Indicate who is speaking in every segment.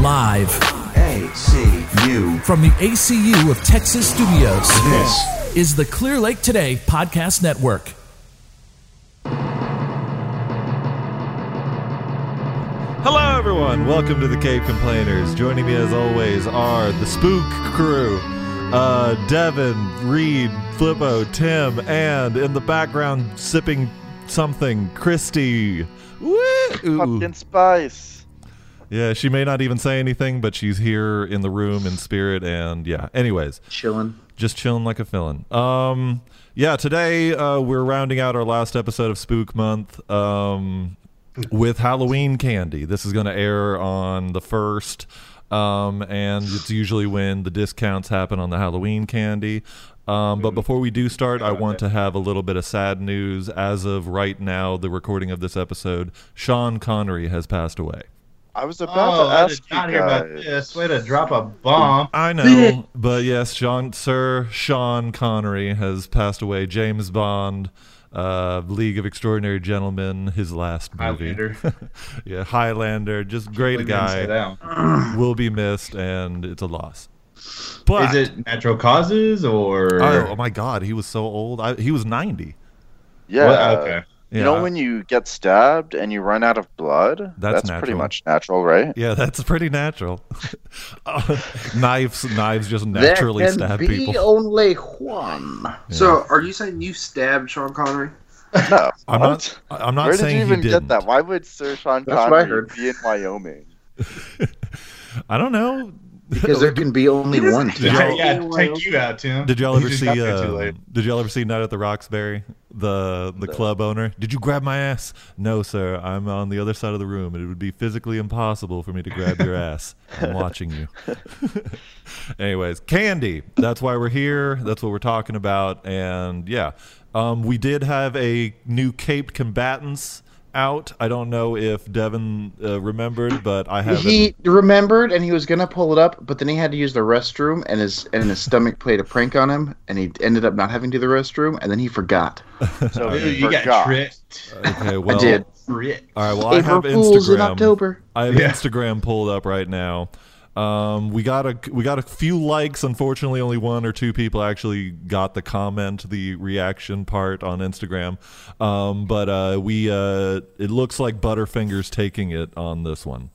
Speaker 1: Live
Speaker 2: ACU.
Speaker 1: from the ACU of Texas Studios
Speaker 2: This
Speaker 1: is the Clear Lake Today Podcast Network.
Speaker 3: Hello, everyone. Welcome to the Cave Complainers. Joining me, as always, are the Spook Crew, uh, Devin, Reed, Flippo, Tim, and in the background, sipping something, Christy. Woo!
Speaker 4: Pumpkin spice.
Speaker 3: Yeah, she may not even say anything, but she's here in the room in spirit, and yeah. Anyways,
Speaker 5: chilling.
Speaker 3: just chilling like a villain. Um, yeah, today uh, we're rounding out our last episode of Spook Month um, with Halloween candy. This is going to air on the first, um, and it's usually when the discounts happen on the Halloween candy. Um, but before we do start, I want to have a little bit of sad news. As of right now, the recording of this episode, Sean Connery has passed away.
Speaker 4: I was about
Speaker 6: Oh,
Speaker 4: to
Speaker 6: I
Speaker 4: ask
Speaker 6: did
Speaker 4: you
Speaker 6: not hear about
Speaker 4: guys.
Speaker 6: this. Way to drop a bomb.
Speaker 3: I know, but yes, John, Sir Sean Connery has passed away. James Bond, uh, League of Extraordinary Gentlemen, his last movie.
Speaker 6: Highlander.
Speaker 3: yeah, Highlander, just great
Speaker 6: Leave me and
Speaker 3: guy.
Speaker 6: say that one.
Speaker 3: Will be missed, and it's a loss. But
Speaker 6: Is it natural causes or?
Speaker 3: Oh, oh my God, he was so old. I, he was ninety.
Speaker 4: Yeah.
Speaker 6: Well, okay.
Speaker 4: You know when you get stabbed and you run out of blood?
Speaker 3: That's
Speaker 4: pretty
Speaker 3: natural.
Speaker 4: much natural, right?
Speaker 3: Yeah, that's pretty natural. Uh, knives, knives just naturally
Speaker 5: there can
Speaker 3: stab
Speaker 5: be
Speaker 3: people.
Speaker 5: only one.
Speaker 7: So, are you saying you stabbed Sean Connery?
Speaker 4: No.
Speaker 3: I'm
Speaker 4: What?
Speaker 3: not. I'm not
Speaker 4: Where did
Speaker 3: saying
Speaker 4: you even
Speaker 3: he
Speaker 4: get
Speaker 3: didn't.
Speaker 4: that? Why would Sir Sean
Speaker 5: That's what I
Speaker 4: Connery
Speaker 5: heard.
Speaker 4: be in Wyoming?
Speaker 3: I don't know.
Speaker 5: Because there can be only one.
Speaker 3: Did y'all-
Speaker 6: yeah, take you out, Tim.
Speaker 3: Did y'all
Speaker 6: You
Speaker 3: ever
Speaker 6: just
Speaker 3: see?
Speaker 6: got there too
Speaker 3: um,
Speaker 6: late.
Speaker 3: did y'all ever see Night at the Roxbury? The the club owner. Did you grab my ass? No, sir. I'm on the other side of the room, and it would be physically impossible for me to grab your ass. I'm watching you. Anyways, candy. That's why we're here. That's what we're talking about. And yeah, um, we did have a new caped combatants out. I don't know if Devin uh, remembered, but I have. it.
Speaker 5: He remembered and he was gonna pull it up, but then he had to use the restroom and his and his stomach played a prank on him and he ended up not having to do the restroom and then he forgot.
Speaker 4: So
Speaker 6: Ooh,
Speaker 4: he
Speaker 6: you got
Speaker 4: forgot.
Speaker 6: tricked.
Speaker 3: Okay, well,
Speaker 5: did.
Speaker 6: Tricked.
Speaker 3: All right. Well, I have
Speaker 5: April Fools
Speaker 3: Instagram.
Speaker 5: in October.
Speaker 3: I have
Speaker 6: Yeah.
Speaker 3: Instagram pulled up right now. Um, we got a we got a few likes. Unfortunately, only one or two people actually got the comment, the reaction part on Instagram. Um, but uh, we uh, it looks like Butterfingers taking it on this one,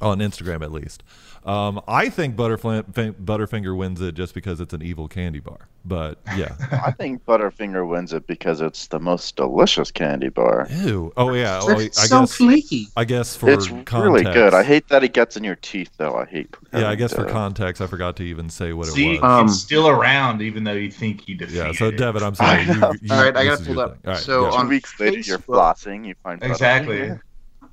Speaker 3: on Instagram at least. Um, I think Butterfl- Butterfinger wins it just because it's an evil candy bar. But yeah,
Speaker 4: I think Butterfinger wins it because it's the most delicious candy bar.
Speaker 3: ew. Oh yeah. Oh, I,
Speaker 7: That's so
Speaker 3: guess.
Speaker 7: flaky.
Speaker 3: I guess for
Speaker 4: It's
Speaker 3: context,
Speaker 4: really good. I hate that it gets in your teeth, though. I hate.
Speaker 3: Yeah, I guess for
Speaker 4: uh,
Speaker 3: context, I forgot to even say what
Speaker 6: See,
Speaker 3: it was.
Speaker 5: Um,
Speaker 6: it's still around, even though you think you defeated.
Speaker 3: Yeah, so
Speaker 6: it.
Speaker 3: Devin, I'm sorry. You, you,
Speaker 5: All right, I
Speaker 3: this
Speaker 5: gotta
Speaker 3: is
Speaker 5: pull
Speaker 3: your
Speaker 5: it up.
Speaker 3: thing. All right,
Speaker 5: So
Speaker 3: gotcha.
Speaker 4: Two
Speaker 5: on
Speaker 4: weeks later, you're
Speaker 5: Facebook.
Speaker 4: flossing. You find Oh,
Speaker 6: Exactly.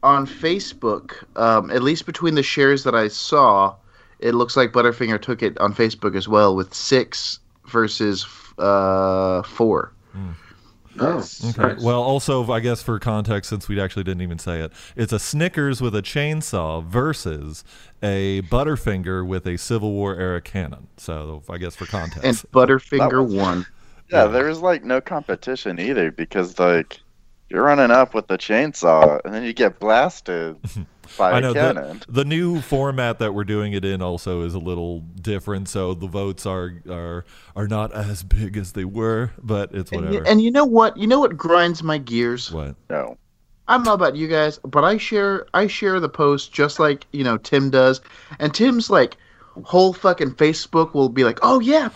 Speaker 5: On Facebook, um, at least between the shares that I saw, it looks like Butterfinger took it on Facebook as well with six versus uh, four.
Speaker 7: Oh,
Speaker 3: Okay. Well, also, I guess for context, since we actually didn't even say it, it's a Snickers with a chainsaw versus a Butterfinger with a Civil War era cannon. So I guess for context.
Speaker 5: And Butterfinger won.
Speaker 4: Yeah, there was like no competition either because like you're running up with the chainsaw and then you get blasted by
Speaker 3: I
Speaker 4: a
Speaker 3: know
Speaker 4: cannon.
Speaker 3: the, the new format that we're doing it in also is a little different, so the votes are are are not as big as they were, but it's
Speaker 5: And,
Speaker 3: whatever.
Speaker 5: you- and you know what? You know what grinds my gears?
Speaker 3: what?
Speaker 4: No.
Speaker 5: I don't know about you guys, but I share I share the post just like you know Tim does, and Tim's like whole fucking Facebook will be like, oh yeah,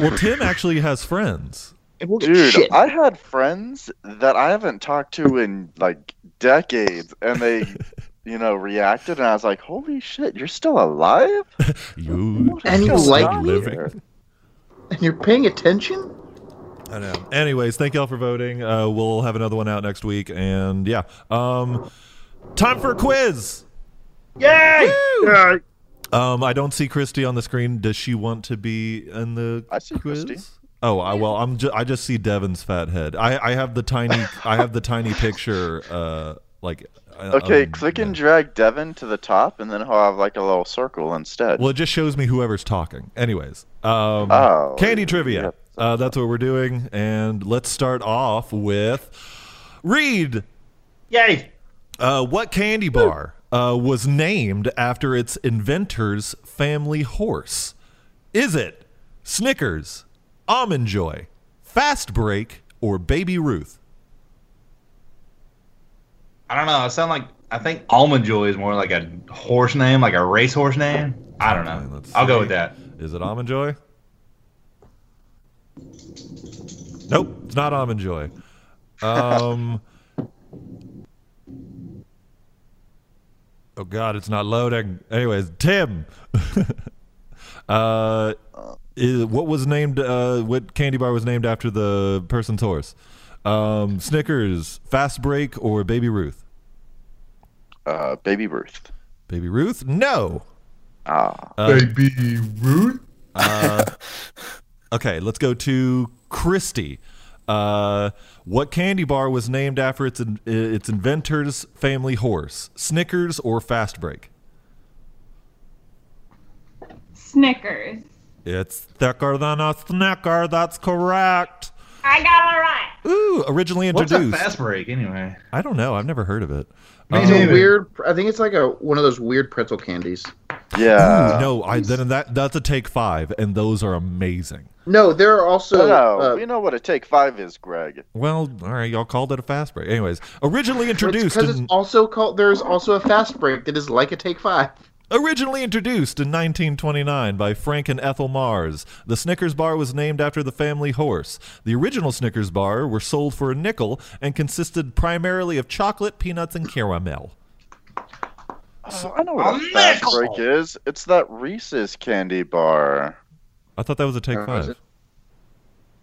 Speaker 3: Well, Tim actually has friends.
Speaker 5: And we'll get
Speaker 4: Dude,
Speaker 5: shit.
Speaker 4: I had friends that I haven't talked to in like decades and they you know reacted and I was like, "Holy shit, you're still alive?"
Speaker 3: You
Speaker 5: And you
Speaker 3: still
Speaker 5: like me?
Speaker 3: living.
Speaker 5: and you're paying attention.
Speaker 3: I know. Anyways, thank y'all for voting. Uh, we'll have another one out next week, and yeah, um, time for a quiz.
Speaker 6: Yay!
Speaker 3: Um, I don't see Christy on the screen. Does she want to be in the
Speaker 4: I see
Speaker 3: quiz?
Speaker 4: Christy.
Speaker 3: Oh, I, well, I'm ju- I just see Devin's fat head. I, I have the tiny I have the tiny picture. Uh, like uh,
Speaker 4: Okay,
Speaker 3: um,
Speaker 4: click and
Speaker 3: yeah.
Speaker 4: drag Devin to the top and then he'll have like a little circle instead.
Speaker 3: Well, it just shows me whoever's talking. Anyways, um,
Speaker 4: Oh.
Speaker 3: candy trivia.
Speaker 4: Yep.
Speaker 3: Uh, that's what we're doing, and let's start off with Reed.
Speaker 6: Yay!
Speaker 3: Uh, what candy bar uh, uh, was named after its inventor's family horse. Is it Snickers, Almond Joy, Fast Break, or Baby Ruth?
Speaker 6: I don't know. I sound like I think Almond Joy is more like a horse name, like a racehorse name. I don't
Speaker 3: Okay,
Speaker 6: know.
Speaker 3: let's
Speaker 6: I'll go
Speaker 3: see.
Speaker 6: with that.
Speaker 3: Is it Almond Joy? Nope, it's not Almond Joy. Um, oh God, it's not loading. Anyways, Tim, uh, is, what was named? Uh, what candy bar was named after the person's horse? Um, Snickers, Fast Break, or Baby Ruth?
Speaker 4: Uh, Baby Ruth.
Speaker 3: Baby Ruth? No.
Speaker 4: Ah,
Speaker 3: Uh,
Speaker 6: Baby Ruth.
Speaker 3: Okay, let's go to Christy. Uh, what candy bar was named after its in, its inventor's family horse? Snickers or Fast Break?
Speaker 8: Snickers.
Speaker 3: It's thicker than a Snicker. That's correct.
Speaker 8: I got it right.
Speaker 3: Ooh, originally
Speaker 6: What's a
Speaker 3: introduced.
Speaker 6: fast break anyway?
Speaker 3: I don't know. I've never heard of it.
Speaker 5: It's a
Speaker 6: David.
Speaker 5: weird. I think it's like a one of those weird pretzel candies.
Speaker 4: yeah.
Speaker 3: no, I then that that's a take five, and those are amazing.
Speaker 5: No, there are also.
Speaker 4: No, no,
Speaker 5: uh,
Speaker 4: we know what a take five is, Greg.
Speaker 3: Well, all right, y'all called it a fast break. Anyways, originally introduced
Speaker 5: because
Speaker 3: in,
Speaker 5: it's also called. There is also a fast break that is like a take five.
Speaker 3: Originally introduced in 1929 by Frank and Ethel Mars, the Snickers bar was named after the family horse. The original Snickers bar were sold for a nickel and consisted primarily of chocolate, peanuts, and caramel.
Speaker 4: So Uh, I know what a fast break is. It's that Reese's candy bar.
Speaker 3: I thought that was a take
Speaker 5: Uh, is
Speaker 3: five.
Speaker 5: it?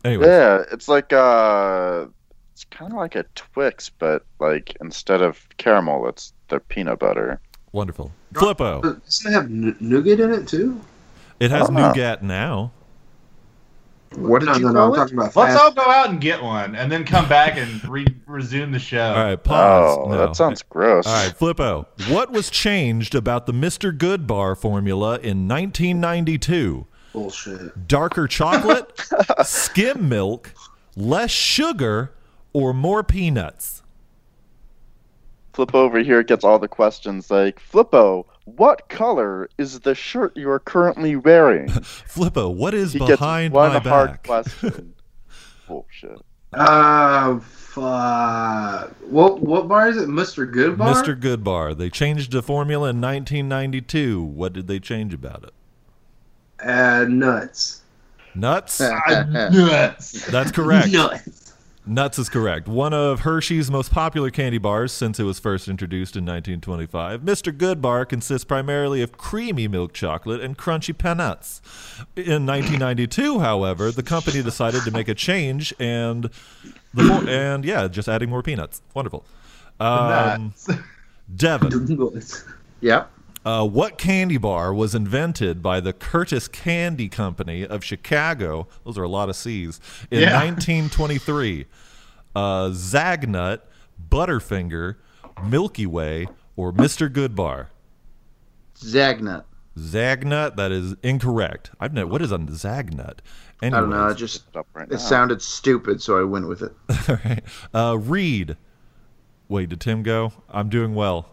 Speaker 3: Anyway,
Speaker 4: Yeah, it's like uh, it's kind of like a Twix, but like instead of caramel, it's the peanut butter.
Speaker 3: wonderful. Flippo.
Speaker 7: But Doesn't it have n- nougat in it too?
Speaker 3: It has
Speaker 4: Uh-huh.
Speaker 3: nougat now.
Speaker 5: What did
Speaker 7: No,
Speaker 5: you
Speaker 7: no, no.
Speaker 5: call
Speaker 7: I'm
Speaker 5: it?
Speaker 7: talking about
Speaker 6: Let's
Speaker 7: fast.
Speaker 6: all go out and get one, and then come back and re- resume the show.
Speaker 3: All right, pause.
Speaker 4: oh,
Speaker 3: No.
Speaker 4: that sounds gross.
Speaker 3: All right, Flippo. What was changed about the Mr. Good bar formula in 1992?
Speaker 7: Bullshit.
Speaker 3: darker chocolate, skim milk, less sugar, or more peanuts?
Speaker 4: Flippo over here gets all the questions like, Flippo, what color is the shirt you are currently wearing?
Speaker 3: Flippo, what is
Speaker 4: He gets
Speaker 3: behind
Speaker 4: one
Speaker 3: my
Speaker 4: hard
Speaker 3: back?
Speaker 4: question. Bullshit.
Speaker 7: Uh, fuck. What what bar is it? Mr. Good bar.
Speaker 3: Mr. Goodbar, they changed the formula in 1992. What did they change about it?
Speaker 7: Uh, nuts.
Speaker 3: Nuts?
Speaker 6: Nuts.
Speaker 3: That's correct.
Speaker 7: Nuts.
Speaker 3: Nuts is correct. One of Hershey's most popular candy bars since it was first introduced in 1925, Mr. Good Bar consists primarily of creamy milk chocolate and crunchy peanuts. In 1992, however, the company decided to make a change and the more, and yeah, just adding more peanuts. Wonderful. Um,
Speaker 6: Nuts.
Speaker 3: Devin,
Speaker 7: Nuts.
Speaker 5: Yeah.
Speaker 3: uh, what candy bar was invented by the Curtis Candy Company of Chicago? Those are a lot of C's. In
Speaker 6: Yeah.
Speaker 3: 1923, uh, Zagnut, Butterfinger, Milky Way, or Mr. Good Bar?
Speaker 5: Zagnut.
Speaker 3: Zagnut. That is incorrect. I've never. What is a Zagnut?
Speaker 5: I don't know. I
Speaker 3: Anyways,
Speaker 5: just
Speaker 4: Up right now.
Speaker 5: it sounded stupid, so I went with it.
Speaker 3: all right. Uh, Reed. Wait, did Tim go? I'm doing well.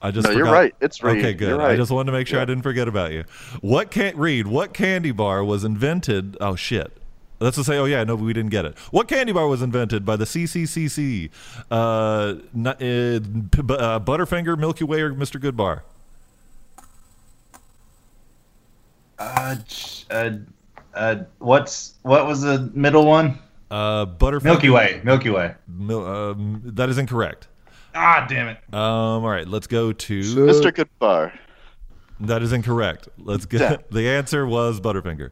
Speaker 3: I just
Speaker 4: No, you're
Speaker 3: forgot-
Speaker 4: right. It's Reed.
Speaker 3: Okay, good.
Speaker 4: You're right.
Speaker 3: I just wanted to make sure I didn't forget about you. What can't read? What candy bar was invented? Oh shit. Let's just say, oh yeah, no, we didn't get it. What candy bar was invented by the CCCC? Uh, n- uh, p- b- uh, Butterfinger, Milky Way, or Mr. Goodbar?
Speaker 6: Uh, j- uh, uh, what's what was the middle one?
Speaker 3: Uh, Butterfinger.
Speaker 6: Milky Way. Milky Way.
Speaker 3: Mil- um, that is incorrect.
Speaker 6: Ah, damn it.
Speaker 3: Um, all right, let's go to.
Speaker 4: Mr. Goodbar.
Speaker 3: That is incorrect. Let's get
Speaker 4: Yeah.
Speaker 3: the answer was Butterfinger.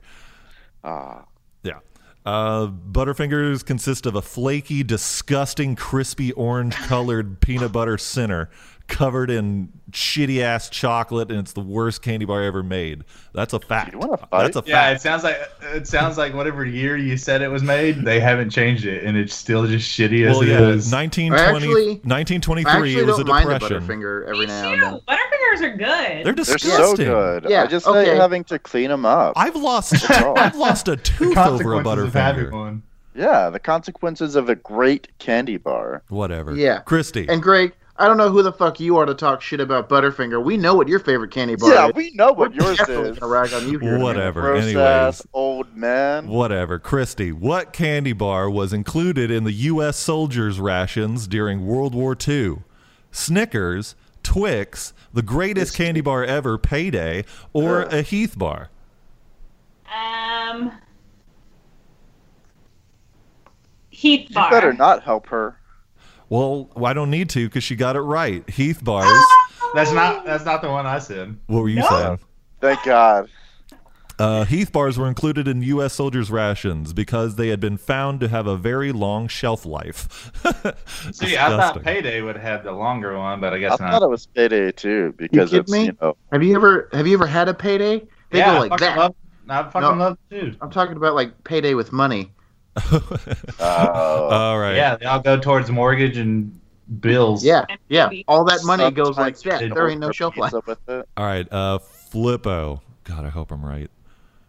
Speaker 4: Ah,
Speaker 3: Yeah. Uh, Butterfingers consist of a flaky, disgusting, crispy orange colored peanut butter center covered in shitty ass chocolate, and it's the worst candy bar ever made. That's a fact.
Speaker 4: you wanna fight?
Speaker 3: That's a
Speaker 6: Yeah,
Speaker 3: fact.
Speaker 6: it sounds like it sounds like whatever year you said it was made, they haven't changed it, and it's still just shitty as
Speaker 3: Well,
Speaker 6: it
Speaker 3: yeah,
Speaker 6: is.
Speaker 3: 1920,
Speaker 5: I actually-
Speaker 3: 1923
Speaker 5: I actually
Speaker 3: it was
Speaker 5: don't
Speaker 3: a
Speaker 5: mind the
Speaker 3: depression.
Speaker 5: Butterfinger every
Speaker 8: Me
Speaker 5: now and then.
Speaker 8: too. Butterfingers are good.
Speaker 3: They're
Speaker 4: they're
Speaker 3: disgusting.
Speaker 4: so good.
Speaker 5: Yeah,
Speaker 4: I just
Speaker 5: okay.
Speaker 4: hate having to clean them up.
Speaker 3: I've lost.
Speaker 4: all.
Speaker 3: I've lost a tooth over a
Speaker 6: Consequences of having
Speaker 3: Butterfinger.
Speaker 6: one.
Speaker 4: Yeah, the consequences of a great candy bar.
Speaker 3: Whatever.
Speaker 5: Yeah.
Speaker 3: Christy.
Speaker 5: And Greg, I don't know who the fuck you are to talk shit about Butterfinger. We know what your favorite candy bar
Speaker 4: Yeah,
Speaker 5: is.
Speaker 4: we know what
Speaker 5: We're
Speaker 4: yours
Speaker 5: definitely
Speaker 4: is.
Speaker 5: gonna rag on you here.
Speaker 3: Whatever.
Speaker 4: Gross
Speaker 3: Anyways,
Speaker 4: ass old man.
Speaker 3: whatever. Christy, what candy bar was included in the U.S. soldiers' rations during World War II? Snickers, Twix, the greatest candy bar ever, Payday, or a Heath bar?
Speaker 8: Um. Heath
Speaker 4: You
Speaker 8: bar.
Speaker 4: better not help her.
Speaker 3: Well, I don't need to because she got it right. Heath bars.
Speaker 6: That's not that's not the one I said.
Speaker 3: What were you
Speaker 8: No.
Speaker 3: saying?
Speaker 4: Thank God.
Speaker 3: Uh, Heath bars were included in U.S. soldiers' rations because they had been found to have a very long shelf life.
Speaker 6: See, I thought
Speaker 3: Disgusting.
Speaker 6: Payday would have had the longer one, but I
Speaker 4: I
Speaker 6: guess
Speaker 4: thought
Speaker 6: not.
Speaker 4: it was payday too because
Speaker 5: kidding
Speaker 4: it's
Speaker 5: me?
Speaker 4: you know
Speaker 5: Have you ever have you ever had a payday? They
Speaker 6: yeah,
Speaker 5: go
Speaker 6: I
Speaker 5: like
Speaker 6: fucking
Speaker 5: that.
Speaker 6: Love, I fucking
Speaker 5: No.
Speaker 6: love it too.
Speaker 5: I'm talking about like payday with money.
Speaker 4: uh,
Speaker 3: All right.
Speaker 6: Yeah, they all go towards mortgage and bills.
Speaker 5: Yeah,
Speaker 8: And
Speaker 5: yeah.
Speaker 8: maybe-
Speaker 5: All that money goes like
Speaker 4: sometimes
Speaker 5: that.
Speaker 4: you
Speaker 5: There ain't no
Speaker 4: order
Speaker 5: shelf life.
Speaker 4: pizza with it.
Speaker 3: All right. Uh, Flippo. God, I hope I'm right.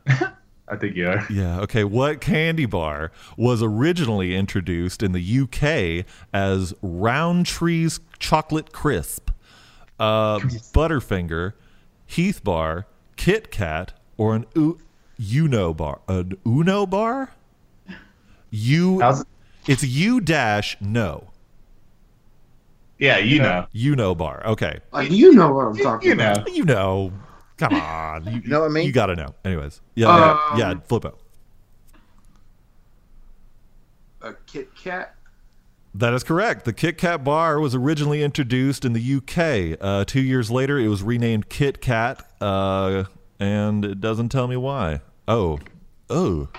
Speaker 6: I think you are.
Speaker 3: Yeah. Okay. What candy bar was originally introduced in the UK as Roundtree's Chocolate Crisp? Uh, Butterfinger, Heath Bar, Kit Kat, or an U- Uno bar? An Uno bar? You.
Speaker 6: How's-
Speaker 3: It's U dash no.
Speaker 6: Yeah, you know.
Speaker 3: Uno bar. Okay.
Speaker 7: Like Uh, you know what I'm talking
Speaker 6: You
Speaker 7: about.
Speaker 6: know.
Speaker 3: You know. Come on. You,
Speaker 5: You know what I mean? Uh,
Speaker 3: You gotta know. Anyways. Yeah.
Speaker 7: Um,
Speaker 3: yeah. Flippo.
Speaker 7: A Kit Kat.
Speaker 3: That is correct. The Kit Kat bar was originally introduced in the UK. Uh, two years later, it was renamed Kit Kat, uh, and it doesn't tell me why. Oh, oh,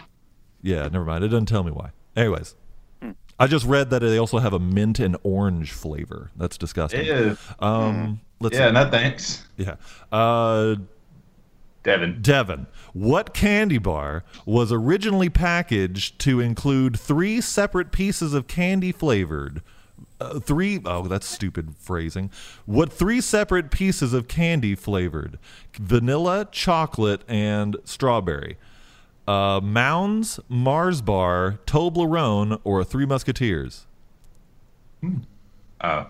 Speaker 3: yeah. Never mind. It doesn't tell me why. Anyways, I just read that they also have a mint and orange flavor. That's disgusting.
Speaker 6: Ew.
Speaker 3: Um, let's
Speaker 6: Yeah, no thanks.
Speaker 3: see. yeah. Uh,
Speaker 6: Devin.
Speaker 3: Devin, what candy bar was originally packaged to include three separate pieces of candy flavored? Uh, three, oh, that's stupid phrasing. What three separate pieces of candy flavored? Vanilla, chocolate, and strawberry. Uh, Mounds, Mars Bar, Toblerone, or Three Musketeers?
Speaker 6: Oh.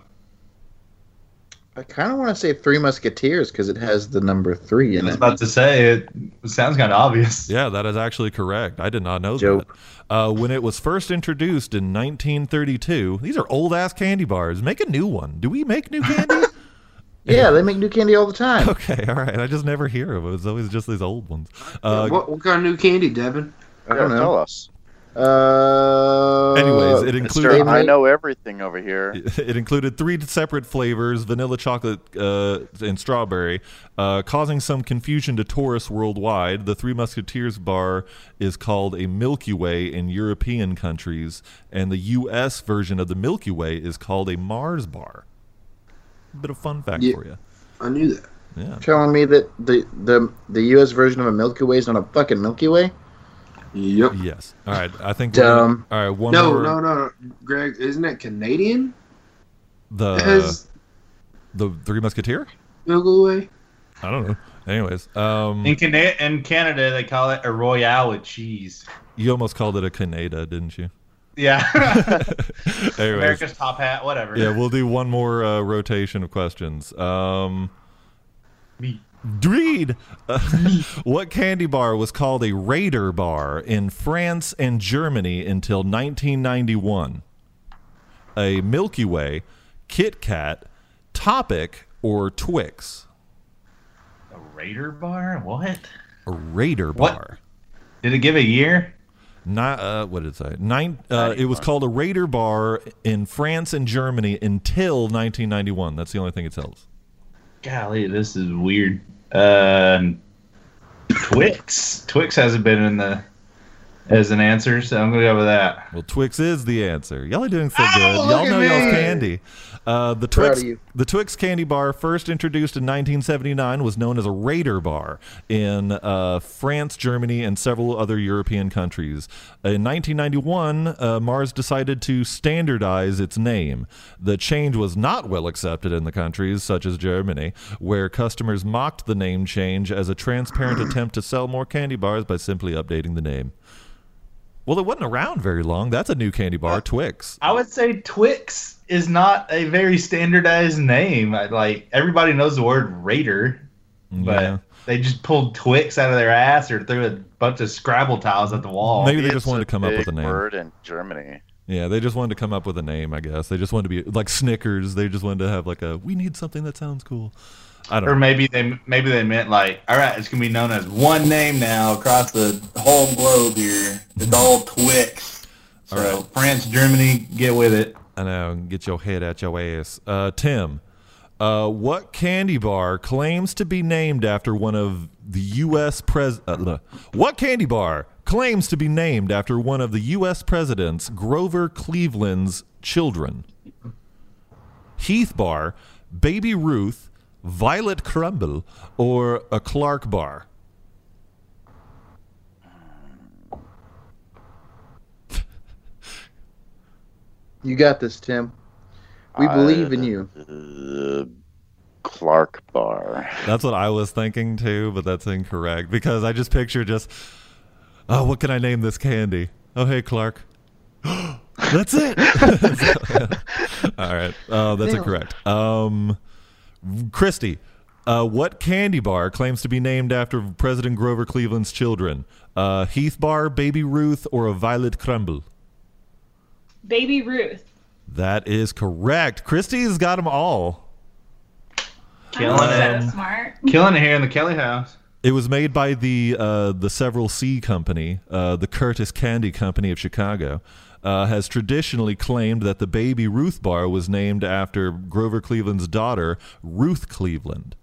Speaker 5: I kind of want to say Three Musketeers because it has the number three
Speaker 6: I
Speaker 5: in
Speaker 6: was
Speaker 5: it.
Speaker 6: about to say it sounds kinda obvious.
Speaker 3: Yeah, that is actually correct. I did not know
Speaker 5: Joke.
Speaker 3: that. Uh, when it was first introduced in 1932, these are old ass candy bars. Make a new one. Do we make new candy?
Speaker 5: Yeah, they make new candy all the time.
Speaker 3: okay, all right. I just never hear of it. It's always just these old ones. Uh,
Speaker 7: what, what kind of new candy, Devin?
Speaker 5: I
Speaker 4: Yeah,
Speaker 5: don't know.
Speaker 4: Tell us,
Speaker 5: Uh,
Speaker 3: anyways, it included
Speaker 4: Mister. I
Speaker 5: make-
Speaker 4: know everything over here.
Speaker 3: it included three separate flavors: vanilla, chocolate, uh, and strawberry, uh, causing some confusion to tourists worldwide. The Three Musketeers bar is called a Milky Way in European countries, and the U.S. version of the Milky Way is called a Mars bar. Bit of fun fact
Speaker 7: Yeah.
Speaker 3: for you.
Speaker 7: I knew that.
Speaker 3: Yeah.
Speaker 5: telling me that the, the the U.S. version of a Milky Way is not a fucking Milky Way.
Speaker 7: Yep.
Speaker 3: Yes. All right. I think. we're gonna-
Speaker 5: Dumb.
Speaker 3: all right. One
Speaker 7: No,
Speaker 3: more.
Speaker 7: no, no, no, Greg, isn't it Canadian?
Speaker 3: The
Speaker 7: Has
Speaker 3: the Three Musketeer.
Speaker 7: Milky Way?
Speaker 3: I don't know. Anyways, um,
Speaker 6: In, Cana- in Canada, they call it a royale with cheese.
Speaker 3: you almost called it a Canada, didn't you?
Speaker 6: Yeah.
Speaker 3: Anyways,
Speaker 6: America's top hat, whatever.
Speaker 3: yeah, we'll do one more uh, rotation of questions. Um,
Speaker 6: Me.
Speaker 3: Dreed, uh, what candy bar was called a Raider bar in France and Germany until 1991? A Milky Way, Kit Kat, Topic, or Twix?
Speaker 6: A Raider bar? What?
Speaker 3: A Raider
Speaker 6: What?
Speaker 3: bar.
Speaker 6: Did it give a year?
Speaker 3: Not uh, what did it say? Nine. Uh, it was called a Raider bar in France and Germany until 1991. That's the only thing it tells.
Speaker 6: Golly, this is weird. Uh, Twix. Twix hasn't been in the as an answer, so I'm gonna go with that.
Speaker 3: Well, Twix is the answer. Y'all are doing so good.
Speaker 6: look
Speaker 3: Y'all
Speaker 6: at
Speaker 3: know y'all's
Speaker 6: me.
Speaker 3: candy. Uh, the Twix,
Speaker 5: of you.
Speaker 3: the Twix candy bar, first introduced in 1979, was known as a Raider bar in uh, France, Germany, and several other European countries. In 1991, uh, Mars decided to standardize its name. The change was not well accepted in the countries such as Germany, where customers mocked the name change as a transparent attempt to sell more candy bars by simply updating the name. Well, it wasn't around very long. That's a new candy bar, Twix.
Speaker 6: I would say Twix is not a very standardized name. I, like everybody knows the word Raider, but
Speaker 3: Yeah.
Speaker 6: they just pulled Twix out of their ass or threw a bunch of Scrabble tiles at the wall.
Speaker 3: Maybe they
Speaker 4: It's
Speaker 3: just wanted to come up
Speaker 4: big
Speaker 3: with a name.
Speaker 4: Word in Germany.
Speaker 3: Yeah, they just wanted to come up with a name, I guess. They just wanted to be like Snickers. They just wanted to have like a we need something that sounds cool. I don't
Speaker 6: Or
Speaker 3: know.
Speaker 6: maybe they maybe they meant like, all right, it's gonna be known as one name now across the whole globe here. It's all Twix. So France, Germany, get with it.
Speaker 3: I know. Get your head out your ass. Uh, Tim, uh, what candy bar claims to be named after one of the U.S. pres? Uh, look. what candy bar claims to be named after one of the U.S. presidents Grover Cleveland's children? Heath Bar, Baby Ruth, Violet Crumble, or a Clark Bar?
Speaker 5: You got this, Tim. We believe in you.
Speaker 4: Uh, Clark Bar.
Speaker 3: That's what I was thinking too, but that's incorrect because I just picture just, oh, what can I name this candy? Oh, hey, Clark. that's it. All right. Oh, that's incorrect. Um, Christy, uh, what candy bar claims to be named after President Grover Cleveland's children? Uh, Heath Bar, Baby Ruth, or a Violet Crumble?
Speaker 8: Baby Ruth.
Speaker 3: That is correct. Christy's got them all.
Speaker 8: I'm
Speaker 6: Killing
Speaker 8: so
Speaker 6: it.
Speaker 8: smart.
Speaker 6: Killing it here in the Kelly house.
Speaker 3: It was made by the uh, the Several C Company, uh, the Curtis Candy Company of Chicago. Uh, has traditionally claimed that the Baby Ruth bar was named after Grover Cleveland's daughter, Ruth Cleveland.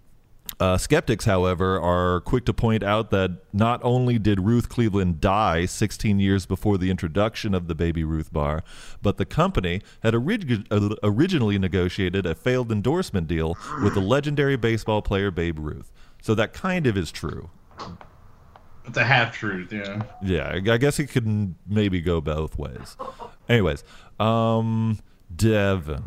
Speaker 3: Uh, skeptics, however, are quick to point out that not only did Ruth Cleveland die 16 years before the introduction of the Baby Ruth bar, but the company had orig- uh, originally negotiated a failed endorsement deal with the legendary baseball player Babe Ruth. So that kind of is true.
Speaker 6: It's a half truth, yeah.
Speaker 3: Yeah, I I guess it could m- maybe go both ways. Anyways, um, Devin.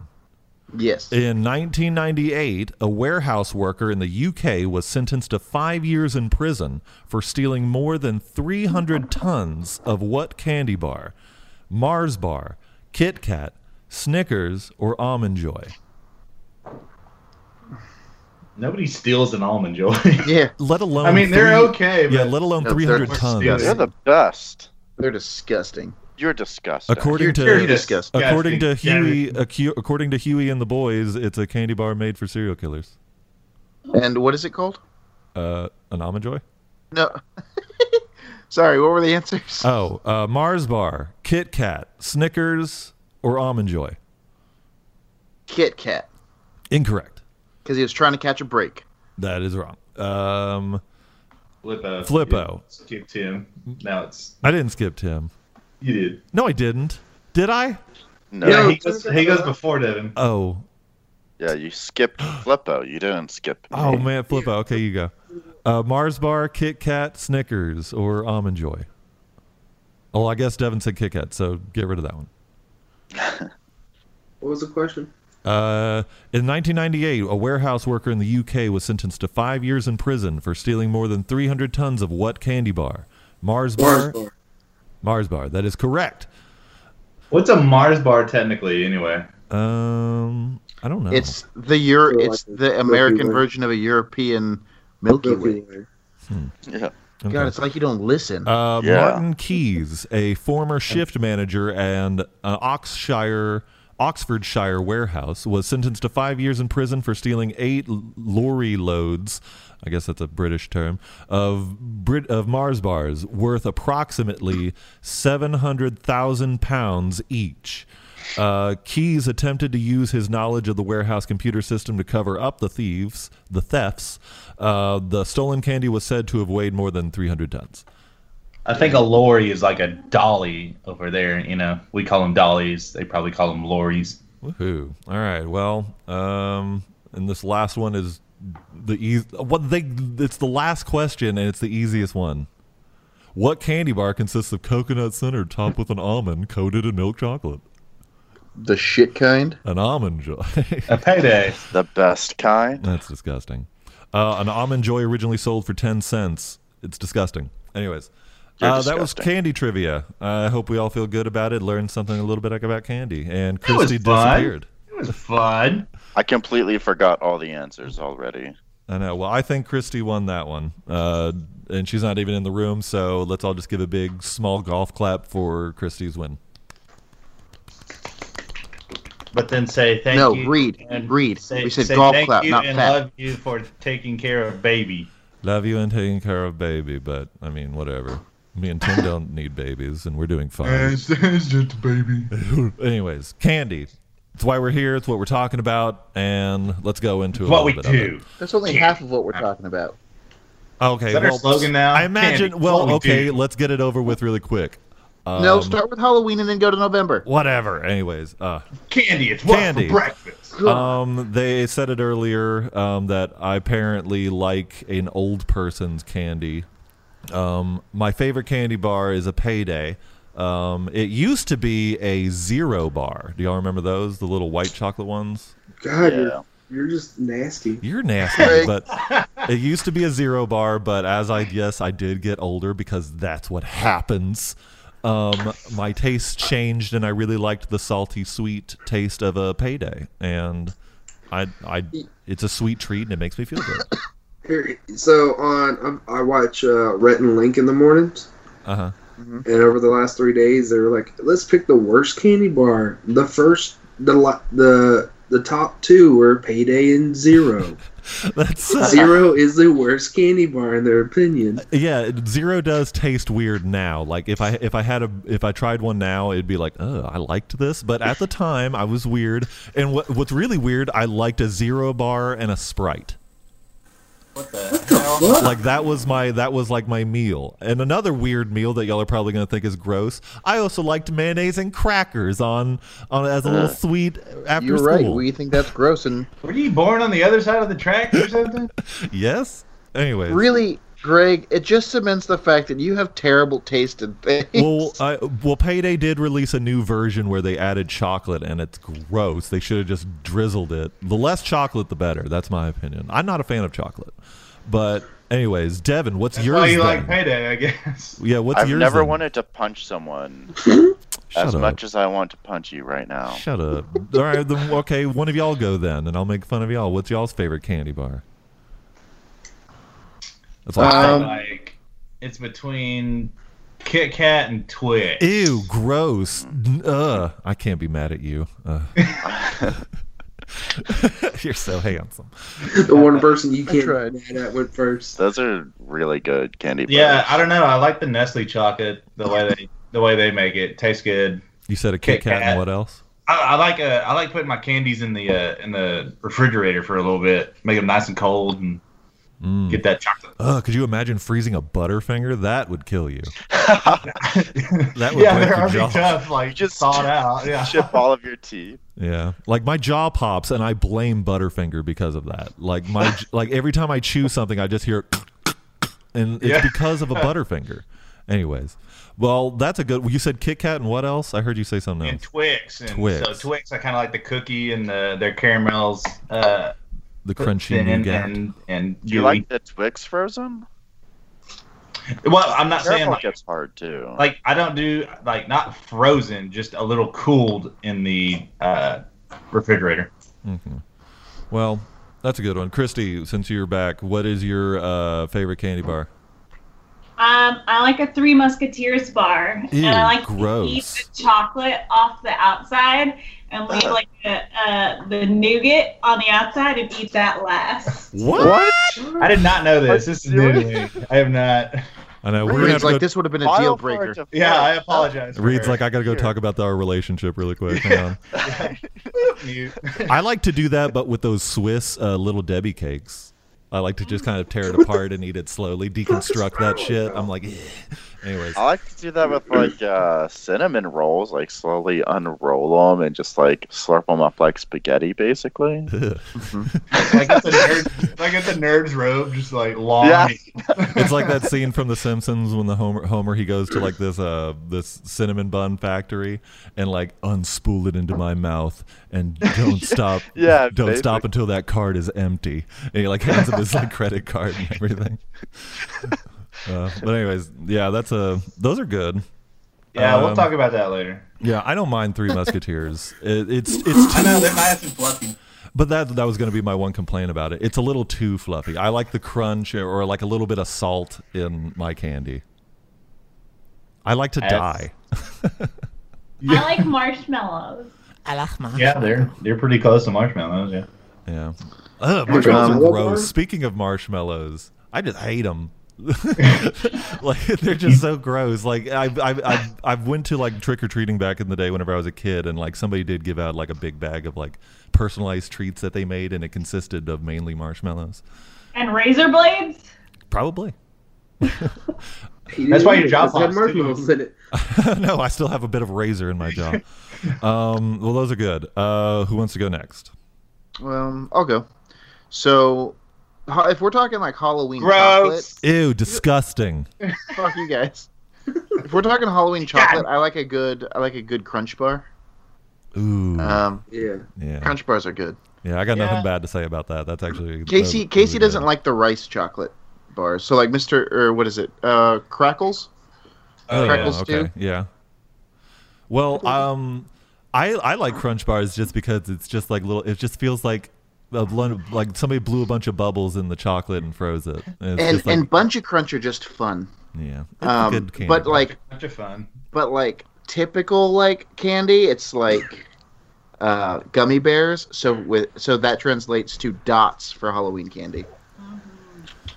Speaker 5: Yes.
Speaker 3: In 1998, a warehouse worker in the UK was sentenced to five years in prison for stealing more than 300 tons of what candy bar? Mars Bar, Kit Kat, Snickers, or Almond Joy?
Speaker 6: Nobody steals an almond joy.
Speaker 5: yeah,
Speaker 3: Let alone.
Speaker 6: I mean, they're
Speaker 3: three-
Speaker 6: okay, but
Speaker 3: Yeah, let alone
Speaker 5: No, they're
Speaker 3: 300
Speaker 5: worth
Speaker 3: tons.
Speaker 6: stealing.
Speaker 4: You're the best.
Speaker 5: they're disgusting.
Speaker 4: You're disgusting.
Speaker 3: According
Speaker 5: You're,
Speaker 3: to
Speaker 5: you're disgusting.
Speaker 3: According to
Speaker 6: Disgusting.
Speaker 3: Huey, acu- according to Huey and the boys, it's a candy bar made for serial killers.
Speaker 5: And what is it called?
Speaker 3: Uh, an almond joy?
Speaker 5: No. Sorry, what were the answers?
Speaker 3: Oh, uh, Mars bar, Kit Kat, Snickers, or almond joy?
Speaker 5: Kit Kat,
Speaker 3: Incorrect.
Speaker 5: because he was trying to catch a break.
Speaker 3: That is wrong. Um,
Speaker 6: Flippo.
Speaker 3: Flippo.
Speaker 6: Skip Tim. Now it's
Speaker 3: I didn't skip Tim.
Speaker 6: you did.
Speaker 3: No, I didn't. Did I?
Speaker 4: no,
Speaker 6: Yeah,
Speaker 4: yeah,
Speaker 6: he goes, he goes before Devin.
Speaker 3: Oh,
Speaker 4: you skipped Flippo. You didn't skip. me.
Speaker 3: oh man, flip out. Okay, you go. Uh, Mars bar, Kit Kat, Snickers, or almond joy. Oh, I guess Devin said Kit Kat, so get rid of that one.
Speaker 7: What was the question?
Speaker 3: Uh, in 1998, a warehouse worker in the UK was sentenced to five years in prison for stealing more than 300 tons of what candy bar? Mars bar.
Speaker 7: Mars bar.
Speaker 3: Mars bar. That is correct.
Speaker 6: What's a Mars bar technically anyway?
Speaker 3: Um, I don't know.
Speaker 5: It's the Euro.
Speaker 7: So, like,
Speaker 5: It's
Speaker 7: a
Speaker 5: the
Speaker 7: Milky
Speaker 5: American
Speaker 7: Way.
Speaker 5: version of a European Milky Way.
Speaker 4: Yeah.
Speaker 3: Okay.
Speaker 5: God, it's like you don't listen.
Speaker 3: Uh,
Speaker 4: Yeah.
Speaker 3: Martin Keys, a former shift manager and uh, Oxshire, Oxfordshire warehouse, was sentenced to five years in prison for stealing eight l- lorry loads. I guess that's a British term of Brit of Mars bars worth approximately seven hundred thousand pounds each. Uh, Keys attempted to use his knowledge of the warehouse computer system to cover up the thieves, the thefts. Uh, the stolen candy was said to have weighed more than three hundred tons.
Speaker 6: I think a lorry is like a dolly over there. You know, we call them dollies. They probably call them lorries.
Speaker 3: Woohoo! All right. Well, um, and this last one is the easy. What they? It's the last question, and it's the easiest one. What candy bar consists of coconut center topped with an almond coated in milk chocolate?
Speaker 5: the shit kind.
Speaker 3: An almond joy.
Speaker 6: A payday.
Speaker 4: The best kind.
Speaker 3: That's disgusting. Uh, an almond joy originally sold for ten cents. It's disgusting. Anyways,
Speaker 4: You're
Speaker 3: Uh, that was
Speaker 4: disgusting.
Speaker 3: candy trivia. I hope we all feel good about it. Learned something a little bit about candy. And
Speaker 6: That was
Speaker 3: Christy
Speaker 6: fun.
Speaker 3: disappeared.
Speaker 6: It was fun.
Speaker 4: I completely forgot all the answers already.
Speaker 3: I know. Well, I think Christy won that one. Uh, and she's not even in the room, so let's all just give a big, small golf clap for Christy's win.
Speaker 6: But then say thank
Speaker 5: No,
Speaker 6: you.
Speaker 5: read,
Speaker 6: and
Speaker 5: read.
Speaker 6: Say,
Speaker 5: We said
Speaker 6: say
Speaker 5: golf
Speaker 6: thank
Speaker 5: clap,
Speaker 6: you
Speaker 5: not
Speaker 6: and
Speaker 5: clap.
Speaker 6: love you for taking care of baby.
Speaker 3: Love you and taking care of baby, but I mean, whatever. Me and Tim don't need babies, and we're doing fine. Anyways, candy. It's why we're here. It's what we're talking about, and let's go into a little
Speaker 6: What we
Speaker 3: bit of it.
Speaker 6: do.
Speaker 5: That's only half of what we're talking about.
Speaker 3: Okay,
Speaker 6: Is that
Speaker 3: well,
Speaker 6: our slogan now?
Speaker 3: I imagine.
Speaker 6: Candy.
Speaker 3: well,
Speaker 6: What we
Speaker 3: okay,
Speaker 6: do.
Speaker 3: let's get it over with really quick. Um,
Speaker 5: no, start with Halloween and then go to November.
Speaker 3: whatever. Anyways, uh,
Speaker 6: Candy. It's what
Speaker 3: Candy.
Speaker 6: for breakfast.
Speaker 3: um, they said it earlier um, that I apparently like an old person's candy. Um, my favorite candy bar is a payday. Um, it used to be a zero bar. Do y'all remember those? The little white chocolate ones.
Speaker 7: God,
Speaker 4: Yeah.
Speaker 7: you're, you're just nasty.
Speaker 3: You're nasty,
Speaker 5: Right.
Speaker 3: but it used to be a zero bar. But as I guess I did get older because that's what happens. Um, my taste changed, and I really liked the salty, sweet taste of a payday. And I, I, it's a sweet treat, and it makes me feel good.
Speaker 7: Here, so on, um, I watch uh, Rhett and Link in the mornings,
Speaker 3: Uh huh.
Speaker 5: Mm-hmm.
Speaker 7: and over the last three days, they were like, "Let's pick the worst candy bar." The first, the li- the the top two were Payday and Zero.
Speaker 3: That's uh,
Speaker 7: Zero is the worst candy bar in their opinion.
Speaker 3: yeah. Zero does taste weird now. Like if I if I had a if I tried one now, it'd be like, oh, I liked this. But at the time, I was weird. And what what's really weird, I liked a zero bar and a sprite.
Speaker 6: What the?
Speaker 3: like that was my that was like my meal and another weird meal that y'all are probably gonna think is gross i also liked mayonnaise and crackers on on as a little sweet after
Speaker 5: You're
Speaker 3: school
Speaker 5: right. We think that's gross. And
Speaker 6: Were you born on the other side of the track or something?
Speaker 3: yes anyways
Speaker 5: really, Greg, it just cements the fact that you have terrible taste in things.
Speaker 3: well, I, well, Payday did release a new version where they added chocolate, and it's gross. They should have just drizzled it. The less chocolate, the better. That's my opinion. I'm not a fan of chocolate, but anyways, Devin, what's yours?
Speaker 6: Well, you like
Speaker 3: then?
Speaker 6: payday, I guess.
Speaker 3: yeah, what's
Speaker 4: I've
Speaker 3: yours?
Speaker 4: never
Speaker 3: then?
Speaker 4: wanted to punch someone
Speaker 3: Shut
Speaker 4: as
Speaker 3: up.
Speaker 4: much as I want to punch you right now.
Speaker 3: Shut up. All right, then, okay, one of y'all go then, and I'll make fun of y'all. What's y'all's favorite candy bar? That's all.
Speaker 6: I
Speaker 5: Um,
Speaker 6: like it's between Kit Kat and Twix.
Speaker 3: Ew, gross. N- Ugh, I can't be mad at you. Ugh. You're so handsome.
Speaker 7: The one person you can't
Speaker 5: tried.
Speaker 7: be mad at went first.
Speaker 4: Those are really good candy bars.
Speaker 6: Yeah, I don't know. I like the Nestle chocolate the way they the way they make it. Tastes good.
Speaker 3: You said a Kit
Speaker 6: Kit
Speaker 3: Kat
Speaker 6: Kat.
Speaker 3: and what else?
Speaker 6: I, I like uh, I like putting my candies in the uh, in the refrigerator for a little bit, make them nice and cold, and
Speaker 3: Mm.
Speaker 6: get that chocolate.
Speaker 3: Ugh, could you imagine freezing a Butterfinger? That would kill you. That would
Speaker 6: yeah,
Speaker 3: break
Speaker 6: they're
Speaker 3: your
Speaker 6: already
Speaker 3: jaw.
Speaker 6: tough, like
Speaker 4: Just-
Speaker 6: just thawed out. Yeah,
Speaker 4: Chip all of your teeth.
Speaker 3: Yeah, like my jaw pops, and I blame Butterfinger because of that. Like my like every time I chew something, I just hear, and it's
Speaker 6: Yeah.
Speaker 3: because of a Butterfinger. Anyways, well, that's a good. You said Kit Kat and what else? I heard you say something
Speaker 6: and
Speaker 3: else.
Speaker 6: Twix, and
Speaker 3: Twix.
Speaker 6: so Twix, I kind of like the cookie and the their caramels, uh,
Speaker 3: The crunchy
Speaker 6: thin
Speaker 3: nougat.
Speaker 6: and and
Speaker 4: Do you
Speaker 6: gooey.
Speaker 4: like the Twix frozen?
Speaker 6: Well, I'm not saying
Speaker 4: Caramel
Speaker 6: like,
Speaker 4: gets hard too.
Speaker 6: like I don't do like not frozen, just a little cooled in the uh, refrigerator.
Speaker 3: Mhm. Well, that's a good one, Christy. Since you're back, what is your uh, favorite candy bar?
Speaker 8: Um, I like a Three Musketeers bar,
Speaker 3: Ew,
Speaker 8: and I like
Speaker 3: gross.
Speaker 8: to eat the chocolate off the outside and leave like the uh, the nougat on the outside and eat that last.
Speaker 4: What?
Speaker 6: I did not know this. This is new to me. I have not.
Speaker 3: I know we're gonna have
Speaker 5: Reed's
Speaker 3: to
Speaker 5: like,
Speaker 3: go-
Speaker 5: this would have been a
Speaker 4: File
Speaker 5: deal
Speaker 4: for it
Speaker 5: breaker.
Speaker 4: to
Speaker 6: Yeah, I
Speaker 4: flush.
Speaker 6: apologize. for
Speaker 3: Reed's
Speaker 6: her.
Speaker 3: like I gotta go
Speaker 4: Here.
Speaker 3: talk about the, our relationship really quick. Hang on.
Speaker 6: Mute.
Speaker 3: I like to do that, but with those Swiss uh, little Debbie cakes. I like to just kind of tear it apart and eat it slowly, deconstruct that shit. I'm like, eh. anyways,
Speaker 4: I like to do that with like uh, cinnamon rolls, like slowly unroll them and just like slurp them up like spaghetti, basically.
Speaker 6: like it's a nerd, like it's a nerd's robe, just like long.
Speaker 4: Yeah.
Speaker 3: it's like that scene from The Simpsons when the Homer Homer he goes to like this uh this cinnamon bun factory and like unspool it into my mouth and don't stop
Speaker 4: Yeah,
Speaker 3: don't stop
Speaker 4: basically.
Speaker 3: until that card is empty and he like hands him his like credit card and everything. Uh, but anyways, yeah, that's a. Those are good.
Speaker 6: Yeah,
Speaker 3: Um,
Speaker 6: we'll talk about that later.
Speaker 3: Yeah, I don't mind Three Musketeers. It, it's it's
Speaker 9: I
Speaker 3: too,
Speaker 9: know they might have some fluffy.
Speaker 3: but that that was going to be my one complaint about it. It's a little too fluffy. I like the crunch or like a little bit of salt in my candy. I like to
Speaker 6: That's-
Speaker 3: die.
Speaker 8: I like marshmallows.
Speaker 6: Yeah, they're they're pretty close to marshmallows. Yeah.
Speaker 3: Yeah. Ugh, marshmallows are
Speaker 7: Marshmallow
Speaker 3: gross.
Speaker 7: bar?
Speaker 3: Speaking of marshmallows, I just hate them. like they're just so gross. Like I I I I went to like trick or treating back in the day whenever I was a kid, and like somebody did give out like a big bag of like personalized treats that they made, and it consisted of mainly marshmallows.
Speaker 8: And razor blades?
Speaker 3: Probably.
Speaker 6: That's why your job
Speaker 7: got
Speaker 6: loss,
Speaker 7: marshmallows
Speaker 6: too.
Speaker 7: in it.
Speaker 3: no, I still have a bit of razor in my jaw. Um, well, those are good. Uh, who wants to go next?
Speaker 5: Um, I'll go. So, ha- if we're talking like Halloween
Speaker 6: Gross.
Speaker 3: Ew, disgusting.
Speaker 5: chocolate, fuck you guys. if we're talking Halloween chocolate, I like a good, I like a good Crunch bar.
Speaker 3: Ooh.
Speaker 5: Um,
Speaker 7: Yeah.
Speaker 3: yeah.
Speaker 5: Crunch bars are good.
Speaker 3: Yeah, I got
Speaker 6: Yeah.
Speaker 3: nothing bad to say about that. That's actually
Speaker 5: Casey,
Speaker 3: those- those
Speaker 5: Casey
Speaker 3: are
Speaker 5: doesn't
Speaker 3: good.
Speaker 5: like the rice chocolate bars. So like Mr. or what is it? Uh, crackles.
Speaker 3: Oh, yeah,
Speaker 5: Crackles
Speaker 3: okay.
Speaker 5: too.
Speaker 3: Yeah. Well, um, I I like Crunch Bars just because it's just like little. It just feels like a bl- like somebody blew a bunch of bubbles in the chocolate and froze it. And, it's
Speaker 5: and
Speaker 3: just like-
Speaker 5: and bunch of crunch are just fun.
Speaker 3: yeah, it's a
Speaker 5: Um,
Speaker 3: good candy.
Speaker 5: but like
Speaker 6: Bunch of fun.
Speaker 5: but like typical like candy, it's like uh, gummy bears. So with so that translates to dots for Halloween candy.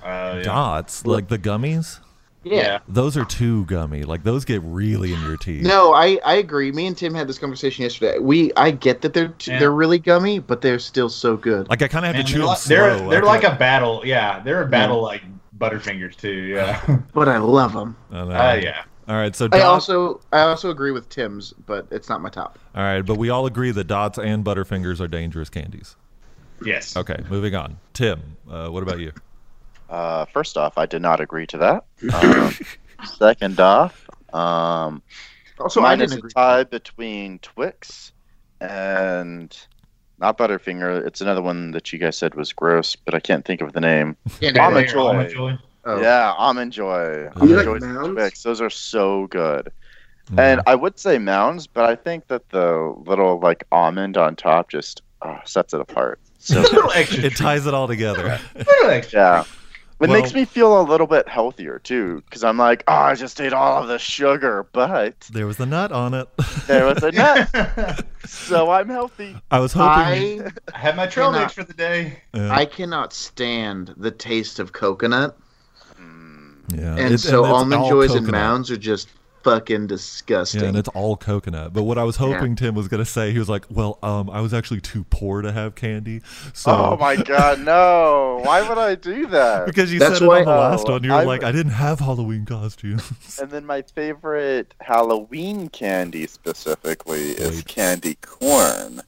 Speaker 6: Uh, yeah.
Speaker 3: dots, like the gummies.
Speaker 6: yeah.
Speaker 3: Those are too gummy. Like those get really in your teeth.
Speaker 5: No, I, I agree. Me and Tim had this conversation yesterday. We I get that they're t-
Speaker 6: Yeah.
Speaker 5: they're really gummy, but they're still so good.
Speaker 3: Like I kind of have
Speaker 6: Man,
Speaker 3: to chew
Speaker 6: they're
Speaker 3: them
Speaker 6: like,
Speaker 3: slow.
Speaker 6: they're,
Speaker 3: I
Speaker 6: they're
Speaker 3: can't-
Speaker 6: like a battle. Yeah, they're a battle like Butterfingers too. Yeah.
Speaker 3: Uh,
Speaker 5: But I love them.
Speaker 3: I don't know.
Speaker 6: Uh, yeah.
Speaker 3: All right, so
Speaker 5: I
Speaker 3: dots.
Speaker 5: also I also agree with Tim's, but it's not my top.
Speaker 3: all right, but we all agree that dots and Butterfingers are dangerous candies.
Speaker 6: Yes.
Speaker 3: Okay, moving on. Tim, uh, what about you?
Speaker 4: Uh, first off, I did not agree to that. Um, second off, um,
Speaker 5: Also, I
Speaker 4: mine
Speaker 5: didn't
Speaker 4: is a
Speaker 5: agree.
Speaker 4: tie between Twix and not Butterfinger. It's another one that you guys said was gross, but I can't think of the name.
Speaker 5: Candy
Speaker 4: I'm
Speaker 5: bear.
Speaker 4: a joy.
Speaker 6: Almond joy.
Speaker 5: Oh.
Speaker 4: Yeah, almond joy.
Speaker 3: You
Speaker 4: Almond
Speaker 7: like
Speaker 4: Joy's
Speaker 7: Mounds?
Speaker 4: Twix. Those are so good.
Speaker 3: Mm-hmm.
Speaker 4: And I would say mounds, but I think that the little like almond on top just uh, sets it apart. So
Speaker 6: Just a little extra.
Speaker 3: it
Speaker 6: treat.
Speaker 3: ties it all together.
Speaker 6: Little extra.
Speaker 4: yeah, it
Speaker 3: Well-
Speaker 4: makes me feel a little bit healthier too, because I'm like, oh, I just ate all of the sugar, but
Speaker 3: There was a nut on it.
Speaker 4: there was a nut,
Speaker 6: I
Speaker 4: so I'm healthy.
Speaker 3: I was hoping.
Speaker 5: I
Speaker 6: had my trail
Speaker 5: Cannot.
Speaker 6: mix for the day.
Speaker 3: Yeah.
Speaker 5: I cannot stand the taste of coconut,
Speaker 4: Mm,
Speaker 3: yeah.
Speaker 5: and
Speaker 3: Uh, It's-
Speaker 5: so
Speaker 3: it's
Speaker 5: almond
Speaker 3: all
Speaker 5: joys and
Speaker 3: coconut.
Speaker 5: mounds are just fucking disgusting.
Speaker 3: Yeah, and it's all coconut. But what I was hoping Tim was gonna say, he was like, "Well, um, I was actually too poor to have candy." So
Speaker 4: Oh my god, no! Why would I do that?
Speaker 3: because you
Speaker 5: That's
Speaker 3: said it
Speaker 5: why-
Speaker 3: on the last
Speaker 4: Oh,
Speaker 3: one, you were
Speaker 4: I-
Speaker 3: like, "I didn't have Halloween costumes."
Speaker 4: And then my favorite Halloween candy specifically is
Speaker 3: Wait.
Speaker 4: candy corn.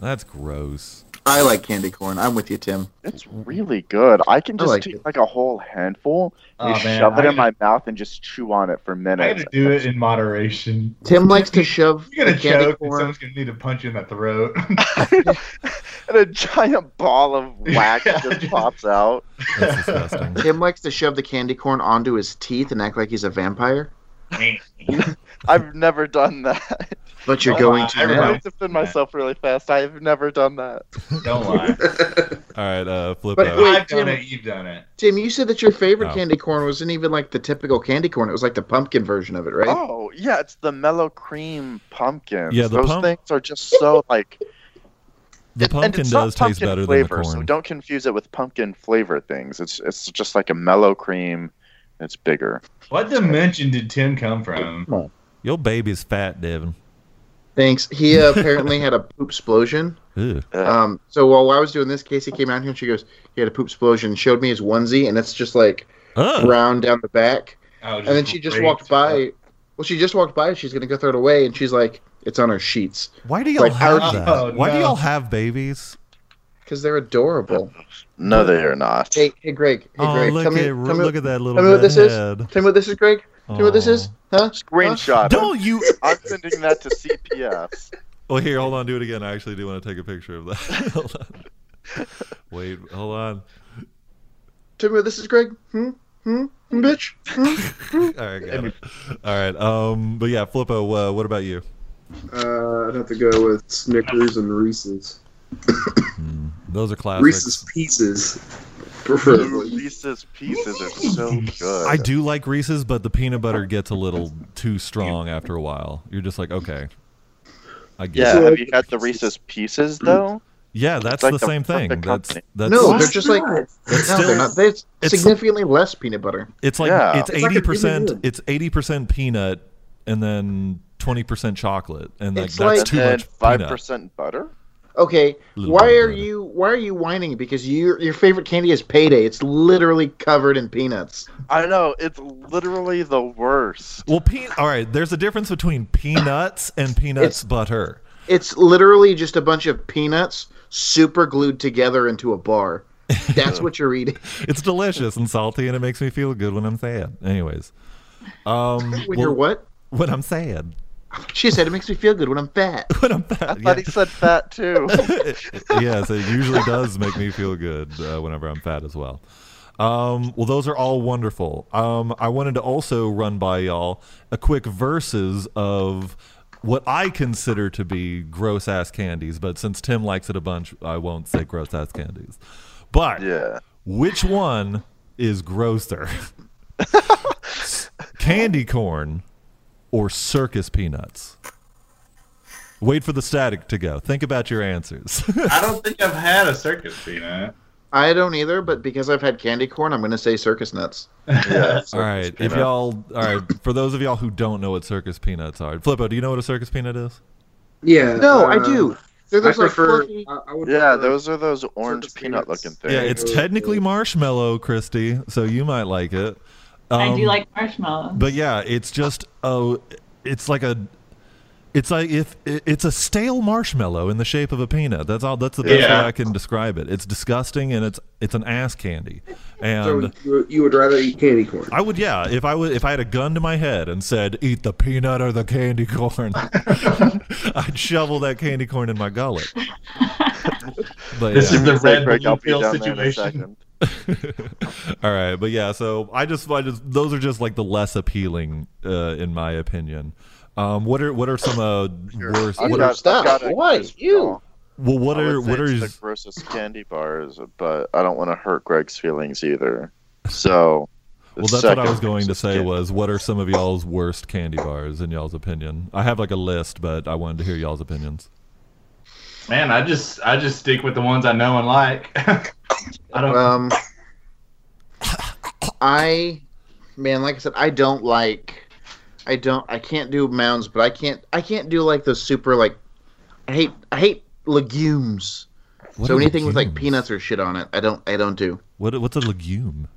Speaker 3: That's gross.
Speaker 5: I like candy corn. I'm with you, Tim.
Speaker 4: It's really good. I can
Speaker 5: I
Speaker 4: just
Speaker 5: like
Speaker 4: take
Speaker 5: it.
Speaker 4: like a whole handful and
Speaker 6: Oh,
Speaker 4: just
Speaker 6: man,
Speaker 4: shove it
Speaker 6: I
Speaker 4: in my mouth and just chew on it for
Speaker 6: I got
Speaker 4: minutes.
Speaker 6: to do it in moderation.
Speaker 5: Tim likes to shove
Speaker 6: You're gonna
Speaker 5: the candy
Speaker 6: choke, and
Speaker 5: corn.
Speaker 6: someone's gonna need to punch you in the throat.
Speaker 4: and a giant ball of wax
Speaker 6: Yeah,
Speaker 4: just
Speaker 6: just-
Speaker 4: pops out.
Speaker 3: That's disgusting.
Speaker 5: Tim likes to shove the candy corn onto his teeth and act like he's a vampire.
Speaker 4: I've never done that.
Speaker 5: But you're
Speaker 6: Oh,
Speaker 5: going
Speaker 6: I-
Speaker 5: to
Speaker 6: I
Speaker 5: now.
Speaker 4: I
Speaker 6: remember.
Speaker 4: would defend myself really fast. I've never done that.
Speaker 6: Don't lie.
Speaker 3: all right, uh, flip
Speaker 5: But
Speaker 3: out.
Speaker 5: wait,
Speaker 6: I've done
Speaker 5: Tim.
Speaker 6: it. You've done it.
Speaker 5: Tim, you said that your favorite
Speaker 3: Oh.
Speaker 5: candy corn wasn't even like the typical candy corn. It was like the pumpkin version of it, right?
Speaker 4: Oh yeah, it's the mellow cream pumpkins.
Speaker 3: Yeah, the
Speaker 4: those
Speaker 3: pump-
Speaker 4: things are just so like.
Speaker 3: the
Speaker 4: and
Speaker 3: pumpkin
Speaker 4: it's not
Speaker 3: does taste
Speaker 4: pumpkin
Speaker 3: better
Speaker 4: flavor,
Speaker 3: than the corn.
Speaker 4: So don't confuse it with pumpkin flavor things. It's it's just like a mellow cream. It's bigger.
Speaker 6: What dimension did Tim come from?
Speaker 3: Your baby's fat, Devin.
Speaker 5: Thanks. He uh, apparently had a poop explosion.
Speaker 3: Ew.
Speaker 5: Um, so while I was doing this, Casey came out here and she goes, "He had a poop explosion." Showed me his onesie, and it's just like
Speaker 3: Ugh.
Speaker 5: brown down the back.
Speaker 6: Oh,
Speaker 5: And then she just
Speaker 6: raped.
Speaker 5: walked by. Well, she just walked by. and She's gonna go throw it away, and she's like, "It's on her sheets
Speaker 3: Why do y'all
Speaker 5: Like,
Speaker 3: have
Speaker 5: our-
Speaker 3: that?
Speaker 6: Oh,
Speaker 3: Why do
Speaker 6: no.
Speaker 3: y'all have babies?
Speaker 5: because they're adorable."
Speaker 4: No, they are not.
Speaker 5: Hey, hey, Greg. Hey,
Speaker 3: oh,
Speaker 5: Greg.
Speaker 3: look
Speaker 5: tell me,
Speaker 3: at
Speaker 5: tell me,
Speaker 3: look at that little
Speaker 5: tell me what
Speaker 3: red
Speaker 5: this is.
Speaker 3: head.
Speaker 5: tell me what this is, Greg. Tell me what this
Speaker 3: Aw.
Speaker 5: is, huh?
Speaker 4: Screenshot.
Speaker 3: Don't you
Speaker 4: I'm sending that to CPS.
Speaker 3: Well, Oh, here, hold on. Do it again. I actually do want to take a picture of that. hold on. Wait, hold on.
Speaker 5: Tell me what this is, Greg. Hmm? Hmm? Bitch. Hmm?
Speaker 3: All right, got it. All right. Um, but yeah, Flippo, uh, what about you?
Speaker 7: Uh, I'd have to go with Snickers and Reese's.
Speaker 3: Those are classics.
Speaker 7: Reese's Pieces, preferably.
Speaker 4: Reese's Pieces are so good.
Speaker 3: I do like Reese's, but the peanut butter gets a little too strong after a while. You're just like, okay, I
Speaker 4: Yeah,
Speaker 3: guess.
Speaker 4: have you had the Reese's Pieces
Speaker 6: Mm.
Speaker 4: though?
Speaker 3: Yeah, that's
Speaker 4: It's like
Speaker 3: the
Speaker 4: the
Speaker 3: same thing.
Speaker 4: perfect
Speaker 3: That's
Speaker 4: company.
Speaker 3: that's
Speaker 5: No,
Speaker 7: Why
Speaker 5: they're just like-
Speaker 7: not?
Speaker 5: No,
Speaker 3: still-
Speaker 5: they're not. They're
Speaker 3: it's-
Speaker 5: significantly less peanut butter.
Speaker 3: it's like
Speaker 4: Yeah.
Speaker 3: it's
Speaker 7: It's like
Speaker 3: eighty percent.
Speaker 7: an M&M.
Speaker 3: It's eighty percent peanut, and then twenty percent chocolate, and like
Speaker 5: It's
Speaker 3: that's
Speaker 5: like-
Speaker 3: too
Speaker 4: and
Speaker 3: much
Speaker 4: five
Speaker 3: peanut.
Speaker 4: percent butter.
Speaker 5: Okay,
Speaker 3: Little
Speaker 5: why
Speaker 3: bit of
Speaker 5: are
Speaker 3: butter.
Speaker 5: you why are you whining? Because your your favorite candy is payday. It's literally covered in peanuts.
Speaker 4: I know it's literally the worst.
Speaker 3: Well, pe- all right. There's a difference between peanuts and peanuts
Speaker 5: It's-
Speaker 3: butter.
Speaker 5: It's literally just a bunch of peanuts super glued together into a bar. That's what you're eating.
Speaker 3: It's delicious and salty, and it makes me feel good when I'm sad. Anyways, um,
Speaker 5: When
Speaker 3: well,
Speaker 5: you're what?
Speaker 3: when I'm sad,
Speaker 5: She said it makes me feel good when I'm fat.
Speaker 3: when I'm fat.
Speaker 4: I thought he said fat too.
Speaker 3: yes, it usually does make me feel good uh, whenever I'm fat as well. Um, well, those are all wonderful. Um, I wanted to also run by y'all a quick verses of what I consider to be gross ass candies, but since Tim likes it a bunch, I won't say gross ass candies. But
Speaker 4: yeah.
Speaker 3: which one is grosser? S- Candy corn or circus peanuts? Wait for the static to go. Think about your answers.
Speaker 6: I don't think I've had a circus peanut.
Speaker 5: I don't either, but because I've had candy corn, I'm going to say circus nuts.
Speaker 4: Yeah.
Speaker 3: all right, if y'all, all right, for those of y'all who don't know what circus peanuts are, Flippo, do you know what a circus peanut is?
Speaker 7: Yeah.
Speaker 5: No, I
Speaker 7: uh,
Speaker 5: do. They're
Speaker 7: I
Speaker 5: those like
Speaker 7: prefer.
Speaker 5: fluffy-
Speaker 4: uh,
Speaker 7: I, I would
Speaker 4: Yeah,
Speaker 7: prefer-
Speaker 4: those are those orange peanut
Speaker 7: peanuts.
Speaker 4: looking things.
Speaker 3: Yeah, it's technically marshmallow, Christy, so you might like it.
Speaker 8: I do
Speaker 3: Um,
Speaker 8: like marshmallows.
Speaker 3: But yeah, it's just oh, it's like a, it's like if it- it's a stale marshmallow in the shape of a peanut. That's all. That's the best
Speaker 6: Yeah.
Speaker 3: way I can describe it. It's disgusting and it's it's an ass candy.
Speaker 7: So
Speaker 3: And
Speaker 7: you, you would rather eat candy corn.
Speaker 3: I would yeah, if I would if I had a gun to my head and said eat the peanut or the candy corn, I'd shovel that candy corn in my gullet. But
Speaker 6: This
Speaker 3: yeah.
Speaker 6: is the
Speaker 4: It's like,
Speaker 6: red
Speaker 4: Greg,
Speaker 6: balloon
Speaker 4: I'll be
Speaker 6: pill
Speaker 4: down there in a second.
Speaker 6: situation.
Speaker 3: All right, but yeah, so I just, I just, those are just like the less appealing, uh, in my opinion. Um, what are what are some uh, worse?
Speaker 4: I've
Speaker 3: What
Speaker 4: got-
Speaker 3: are,
Speaker 4: I've
Speaker 5: Stop.
Speaker 4: got a
Speaker 5: Why?
Speaker 4: crisp
Speaker 5: You.
Speaker 4: ball.
Speaker 3: well, what
Speaker 4: I
Speaker 3: are
Speaker 4: would
Speaker 3: what
Speaker 4: say
Speaker 3: are?
Speaker 4: it's the grossest candy bars? But I don't want to hurt Greg's feelings either. So.
Speaker 3: Well, that's what I was going to say. Was what are some of y'all's worst candy bars in y'all's opinion? I have like a list, but I wanted to hear y'all's opinions.
Speaker 6: Man, I just I just stick with the ones I know and like. I don't.
Speaker 5: Um, I, man, like I said, I don't like, I don't, I can't do mounds, but I can't, I can't do like those super like, I hate, I hate legumes.
Speaker 3: What
Speaker 5: so
Speaker 3: are
Speaker 5: anything with like
Speaker 3: legumes?
Speaker 5: peanuts or shit on it, I don't, I don't do.
Speaker 3: What what's a legume?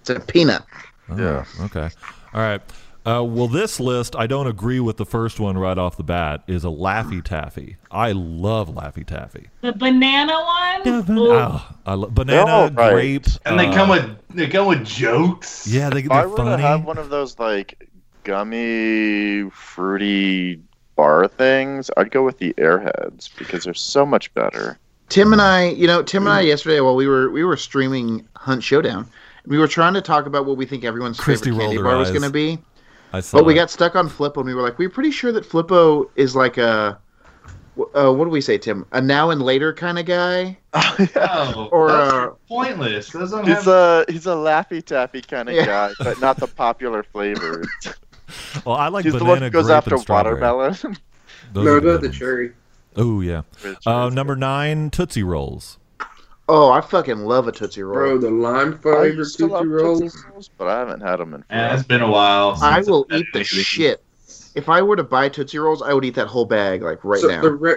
Speaker 5: It's a peanut.
Speaker 3: Oh,
Speaker 4: Yeah.
Speaker 3: Okay. All right. Uh, well, this list, I don't agree with the first one right off the bat. Is a Laffy Taffy. I love Laffy Taffy.
Speaker 8: the banana one. Ooh.
Speaker 3: Oh, I lo-
Speaker 4: all
Speaker 3: banana,
Speaker 4: right.
Speaker 3: grape,
Speaker 6: and they
Speaker 3: uh,
Speaker 6: come with they come with jokes.
Speaker 3: yeah, they,
Speaker 4: If I
Speaker 3: they're
Speaker 4: were to
Speaker 3: funny.
Speaker 4: have one of those like gummy fruity bar things, I'd go with the Airheads because they're so much better.
Speaker 5: Tim and I, you know, Tim and
Speaker 3: Mm.
Speaker 5: I yesterday while we were we were streaming Hunt Showdown, we were trying to talk about what we think everyone's
Speaker 3: Christy
Speaker 5: favorite candy
Speaker 3: rolled her
Speaker 5: bar was
Speaker 3: eyes.
Speaker 5: going to be.
Speaker 3: I saw
Speaker 5: But we
Speaker 3: it.
Speaker 5: got stuck on Flippo, and we were like, we're pretty sure that Flippo is like a, w- uh, what do we say, Tim? A now and later kind of guy,
Speaker 6: Oh,
Speaker 5: or
Speaker 6: that's
Speaker 5: uh,
Speaker 6: pointless. Those don't
Speaker 4: He's
Speaker 6: have
Speaker 4: a he's a laffy taffy kind of
Speaker 5: Yeah.
Speaker 4: guy, but not the popular flavor.
Speaker 3: Well, Oh, I like
Speaker 4: He's the
Speaker 3: banana,
Speaker 4: one who goes
Speaker 3: grape,
Speaker 4: after
Speaker 3: and strawberry.
Speaker 4: watermelon.
Speaker 3: Those
Speaker 7: No, go
Speaker 3: are good
Speaker 7: with the
Speaker 3: ones.
Speaker 7: cherry.
Speaker 3: Oh yeah.
Speaker 4: Which
Speaker 3: Uh,
Speaker 4: is-
Speaker 3: number nine, Tootsie Rolls.
Speaker 5: oh, I fucking love a tootsie
Speaker 7: Bro,
Speaker 5: roll.
Speaker 7: the lime
Speaker 4: I
Speaker 7: flavored
Speaker 4: used to love
Speaker 7: Tootsie Rolls.
Speaker 4: but I haven't had them in
Speaker 6: Yeah, it's
Speaker 4: forever.
Speaker 6: been a while. since
Speaker 5: I
Speaker 6: I've
Speaker 5: will
Speaker 6: had
Speaker 5: eat the
Speaker 6: any of these.
Speaker 5: shit. If I were to buy tootsie rolls, I would eat that whole bag like right
Speaker 7: so
Speaker 5: now.
Speaker 7: the re-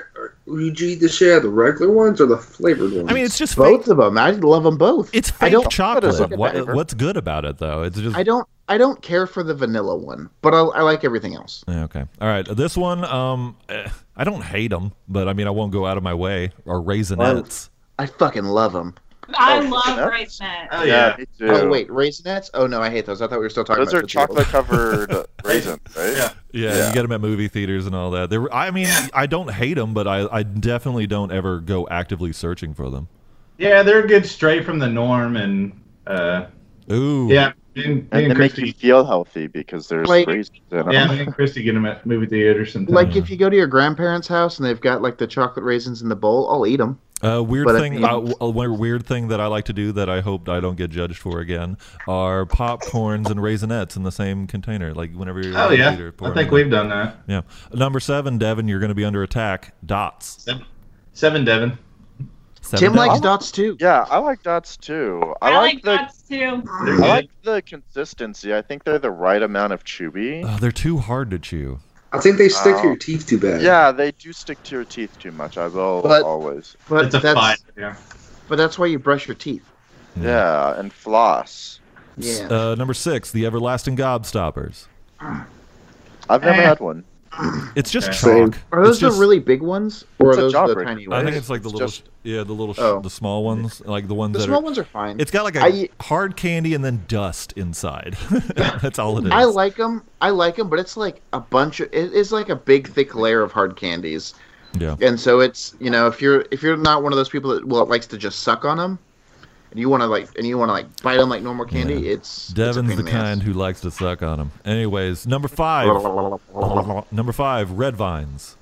Speaker 7: would you eat the shit out of the regular ones or the flavored ones?
Speaker 3: I mean, it's just
Speaker 5: both
Speaker 3: fake.
Speaker 5: of them, I love them both.
Speaker 3: It's
Speaker 5: I
Speaker 3: fake
Speaker 5: don't-
Speaker 3: chocolate.
Speaker 5: a
Speaker 3: What,
Speaker 5: flavor.
Speaker 3: what's good about it though? It's just
Speaker 5: I don't, I don't care for the vanilla one, but I, I like everything else.
Speaker 3: Yeah, okay. All right. This one, um, eh, I don't hate them, but I mean, I won't go out of my way. Or raisinettes.
Speaker 5: I fucking love them.
Speaker 8: I
Speaker 4: Oh, Uh,
Speaker 8: love
Speaker 4: that's-
Speaker 8: raisinets.
Speaker 6: Oh yeah.
Speaker 4: me too.
Speaker 5: Oh wait, raisinets? Oh no, I hate those. I thought we were still talking
Speaker 4: Those
Speaker 5: about
Speaker 4: are
Speaker 5: Tootsie Rolls.
Speaker 4: chocolate covered raisins, right?
Speaker 6: Yeah.
Speaker 3: Yeah, you
Speaker 4: Yeah.
Speaker 3: get them at movie theaters and all that. They're, I mean, I don't hate them, but I, I definitely don't ever go actively searching for them.
Speaker 6: Yeah, they're good straight from the norm and uh
Speaker 3: Ooh.
Speaker 6: yeah, Me and, me
Speaker 4: And
Speaker 6: and
Speaker 4: it makes you
Speaker 6: Christy.
Speaker 4: feel healthy because there's
Speaker 5: Like-
Speaker 4: raisins in them.
Speaker 6: Yeah, me and Christy get them at movie theater sometimes.
Speaker 5: Like if you go to your grandparents' house and they've got like the chocolate raisins in the bowl, I'll eat them.
Speaker 3: Uh, weird
Speaker 5: But I
Speaker 3: thing,
Speaker 5: think-
Speaker 3: uh, w- a weird thing that I like to do that I hope I don't get judged for again are popcorns and raisinettes in the same container. Like whenever you're
Speaker 6: oh
Speaker 3: in the
Speaker 6: yeah,
Speaker 3: theater, pour
Speaker 6: I
Speaker 3: them
Speaker 6: think
Speaker 3: in.
Speaker 6: we've done that.
Speaker 3: yeah. Number seven, Devin, you're going to be under attack. Dots.
Speaker 6: Seven, seven Devin.
Speaker 3: Seven
Speaker 5: Tim
Speaker 3: dots.
Speaker 5: likes dots too.
Speaker 4: Yeah, I like dots too. I,
Speaker 8: I
Speaker 4: like,
Speaker 8: like
Speaker 4: the
Speaker 8: dots too.
Speaker 6: They're
Speaker 4: I
Speaker 6: good.
Speaker 4: like the consistency. I think they're the right amount of chewy.
Speaker 3: Oh, they're too hard to chew.
Speaker 7: I think they stick to
Speaker 4: Oh.
Speaker 7: your teeth too bad.
Speaker 4: Yeah, they do stick to your teeth too much. I will
Speaker 5: But-
Speaker 4: always.
Speaker 5: But
Speaker 6: it's a
Speaker 5: that's
Speaker 6: five. Yeah.
Speaker 5: but that's why you brush your teeth.
Speaker 3: Yeah.
Speaker 4: Yeah, and floss.
Speaker 5: Yeah.
Speaker 3: Uh, number six, the everlasting gobstoppers.
Speaker 4: I've never
Speaker 6: Eh.
Speaker 4: had one.
Speaker 3: It's just
Speaker 6: Okay.
Speaker 7: Same.
Speaker 3: chalk.
Speaker 5: are
Speaker 3: It's
Speaker 5: those
Speaker 3: just-
Speaker 5: the really big ones or are
Speaker 4: It's a
Speaker 5: those the
Speaker 4: jawbreaker.
Speaker 5: tiny
Speaker 4: I
Speaker 3: I
Speaker 5: ones?
Speaker 3: think it's like the
Speaker 4: It's
Speaker 3: little,
Speaker 4: just-
Speaker 3: yeah, the little, sh-
Speaker 5: Oh.
Speaker 3: the small ones, like the ones
Speaker 5: The
Speaker 3: that
Speaker 5: small
Speaker 3: are.
Speaker 5: ones are fine.
Speaker 3: It's got like a
Speaker 5: I-
Speaker 3: hard candy and then dust inside. That's all it is.
Speaker 5: I like them. I like them, but it's like a bunch of it- it's like a big thick layer of hard candies.
Speaker 3: Yeah.
Speaker 5: And so it's you know if you're if you're not one of those people that well likes to just suck on them, and you want to like and you want to like bite them like normal candy, it's
Speaker 3: Devin's
Speaker 5: it's
Speaker 3: the
Speaker 5: a pain in ass.
Speaker 3: kind who likes to suck on them. Anyways, number five. number five, red vines.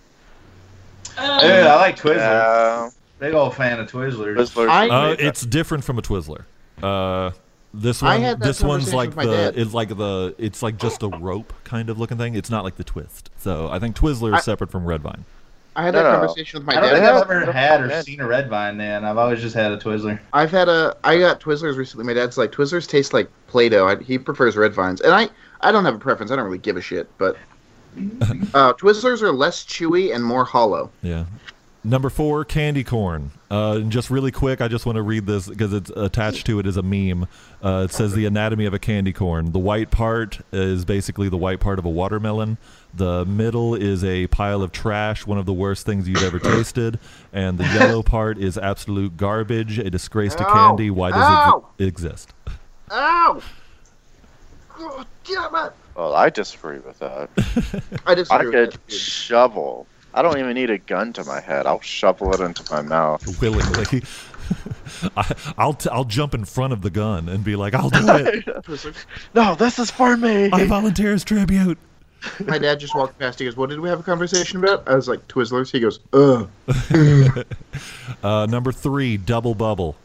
Speaker 8: Ugh.
Speaker 6: Dude, I like Twizzlers.
Speaker 4: Yeah,
Speaker 6: Big old fan of Twizzlers.
Speaker 4: Twizzlers.
Speaker 5: I-
Speaker 3: Uh, it's different from a Twizzler. Uh, this
Speaker 5: I
Speaker 3: one,
Speaker 5: had that
Speaker 3: this one's
Speaker 5: conversation
Speaker 3: like
Speaker 5: with my
Speaker 3: the,
Speaker 5: dad.
Speaker 3: it's like the, it's like just a rope kind of looking thing. It's not like the twist. So I think Twizzler is
Speaker 5: I-
Speaker 3: separate from red vine.
Speaker 5: I had
Speaker 4: No,
Speaker 5: that
Speaker 4: no.
Speaker 5: conversation with my
Speaker 6: I don't
Speaker 5: dad.
Speaker 6: think
Speaker 4: Yeah.
Speaker 6: I've ever had or
Speaker 4: Yeah.
Speaker 6: seen a red vine. Then I've always just had a Twizzler.
Speaker 5: I've had a I got Twizzlers recently. My dad's like Twizzlers taste like Play-Doh. I, he prefers red vines, and I I don't have a preference. I don't really give a shit, but uh, Twizzlers are less chewy and more hollow.
Speaker 3: Yeah. Number four, candy corn. Uh, and just really quick, I just want to read this because it's attached to it as a meme. Uh, it says the anatomy of a candy corn. The white part is basically the white part of a watermelon. The middle is a pile of trash, one of the worst things you've ever tasted. And the yellow part is absolute garbage, a disgrace to
Speaker 5: Ow!
Speaker 3: candy. Why does
Speaker 5: Ow!
Speaker 3: it e- exist?
Speaker 5: Ow! Oh, damn it!
Speaker 4: Well, I disagree with that.
Speaker 5: I just
Speaker 4: I could shovel. I don't even need a gun to my head. I'll shovel it into my mouth.
Speaker 3: Willingly. I, I'll, t- I'll jump in front of the gun and be like, I'll do it.
Speaker 4: No, this is for me.
Speaker 3: I volunteer as tribute.
Speaker 5: My dad just walked past. He goes, "What did we have a conversation about?" I was like, "Twizzlers." He goes, "Ugh."
Speaker 3: Uh, number three, double bubble.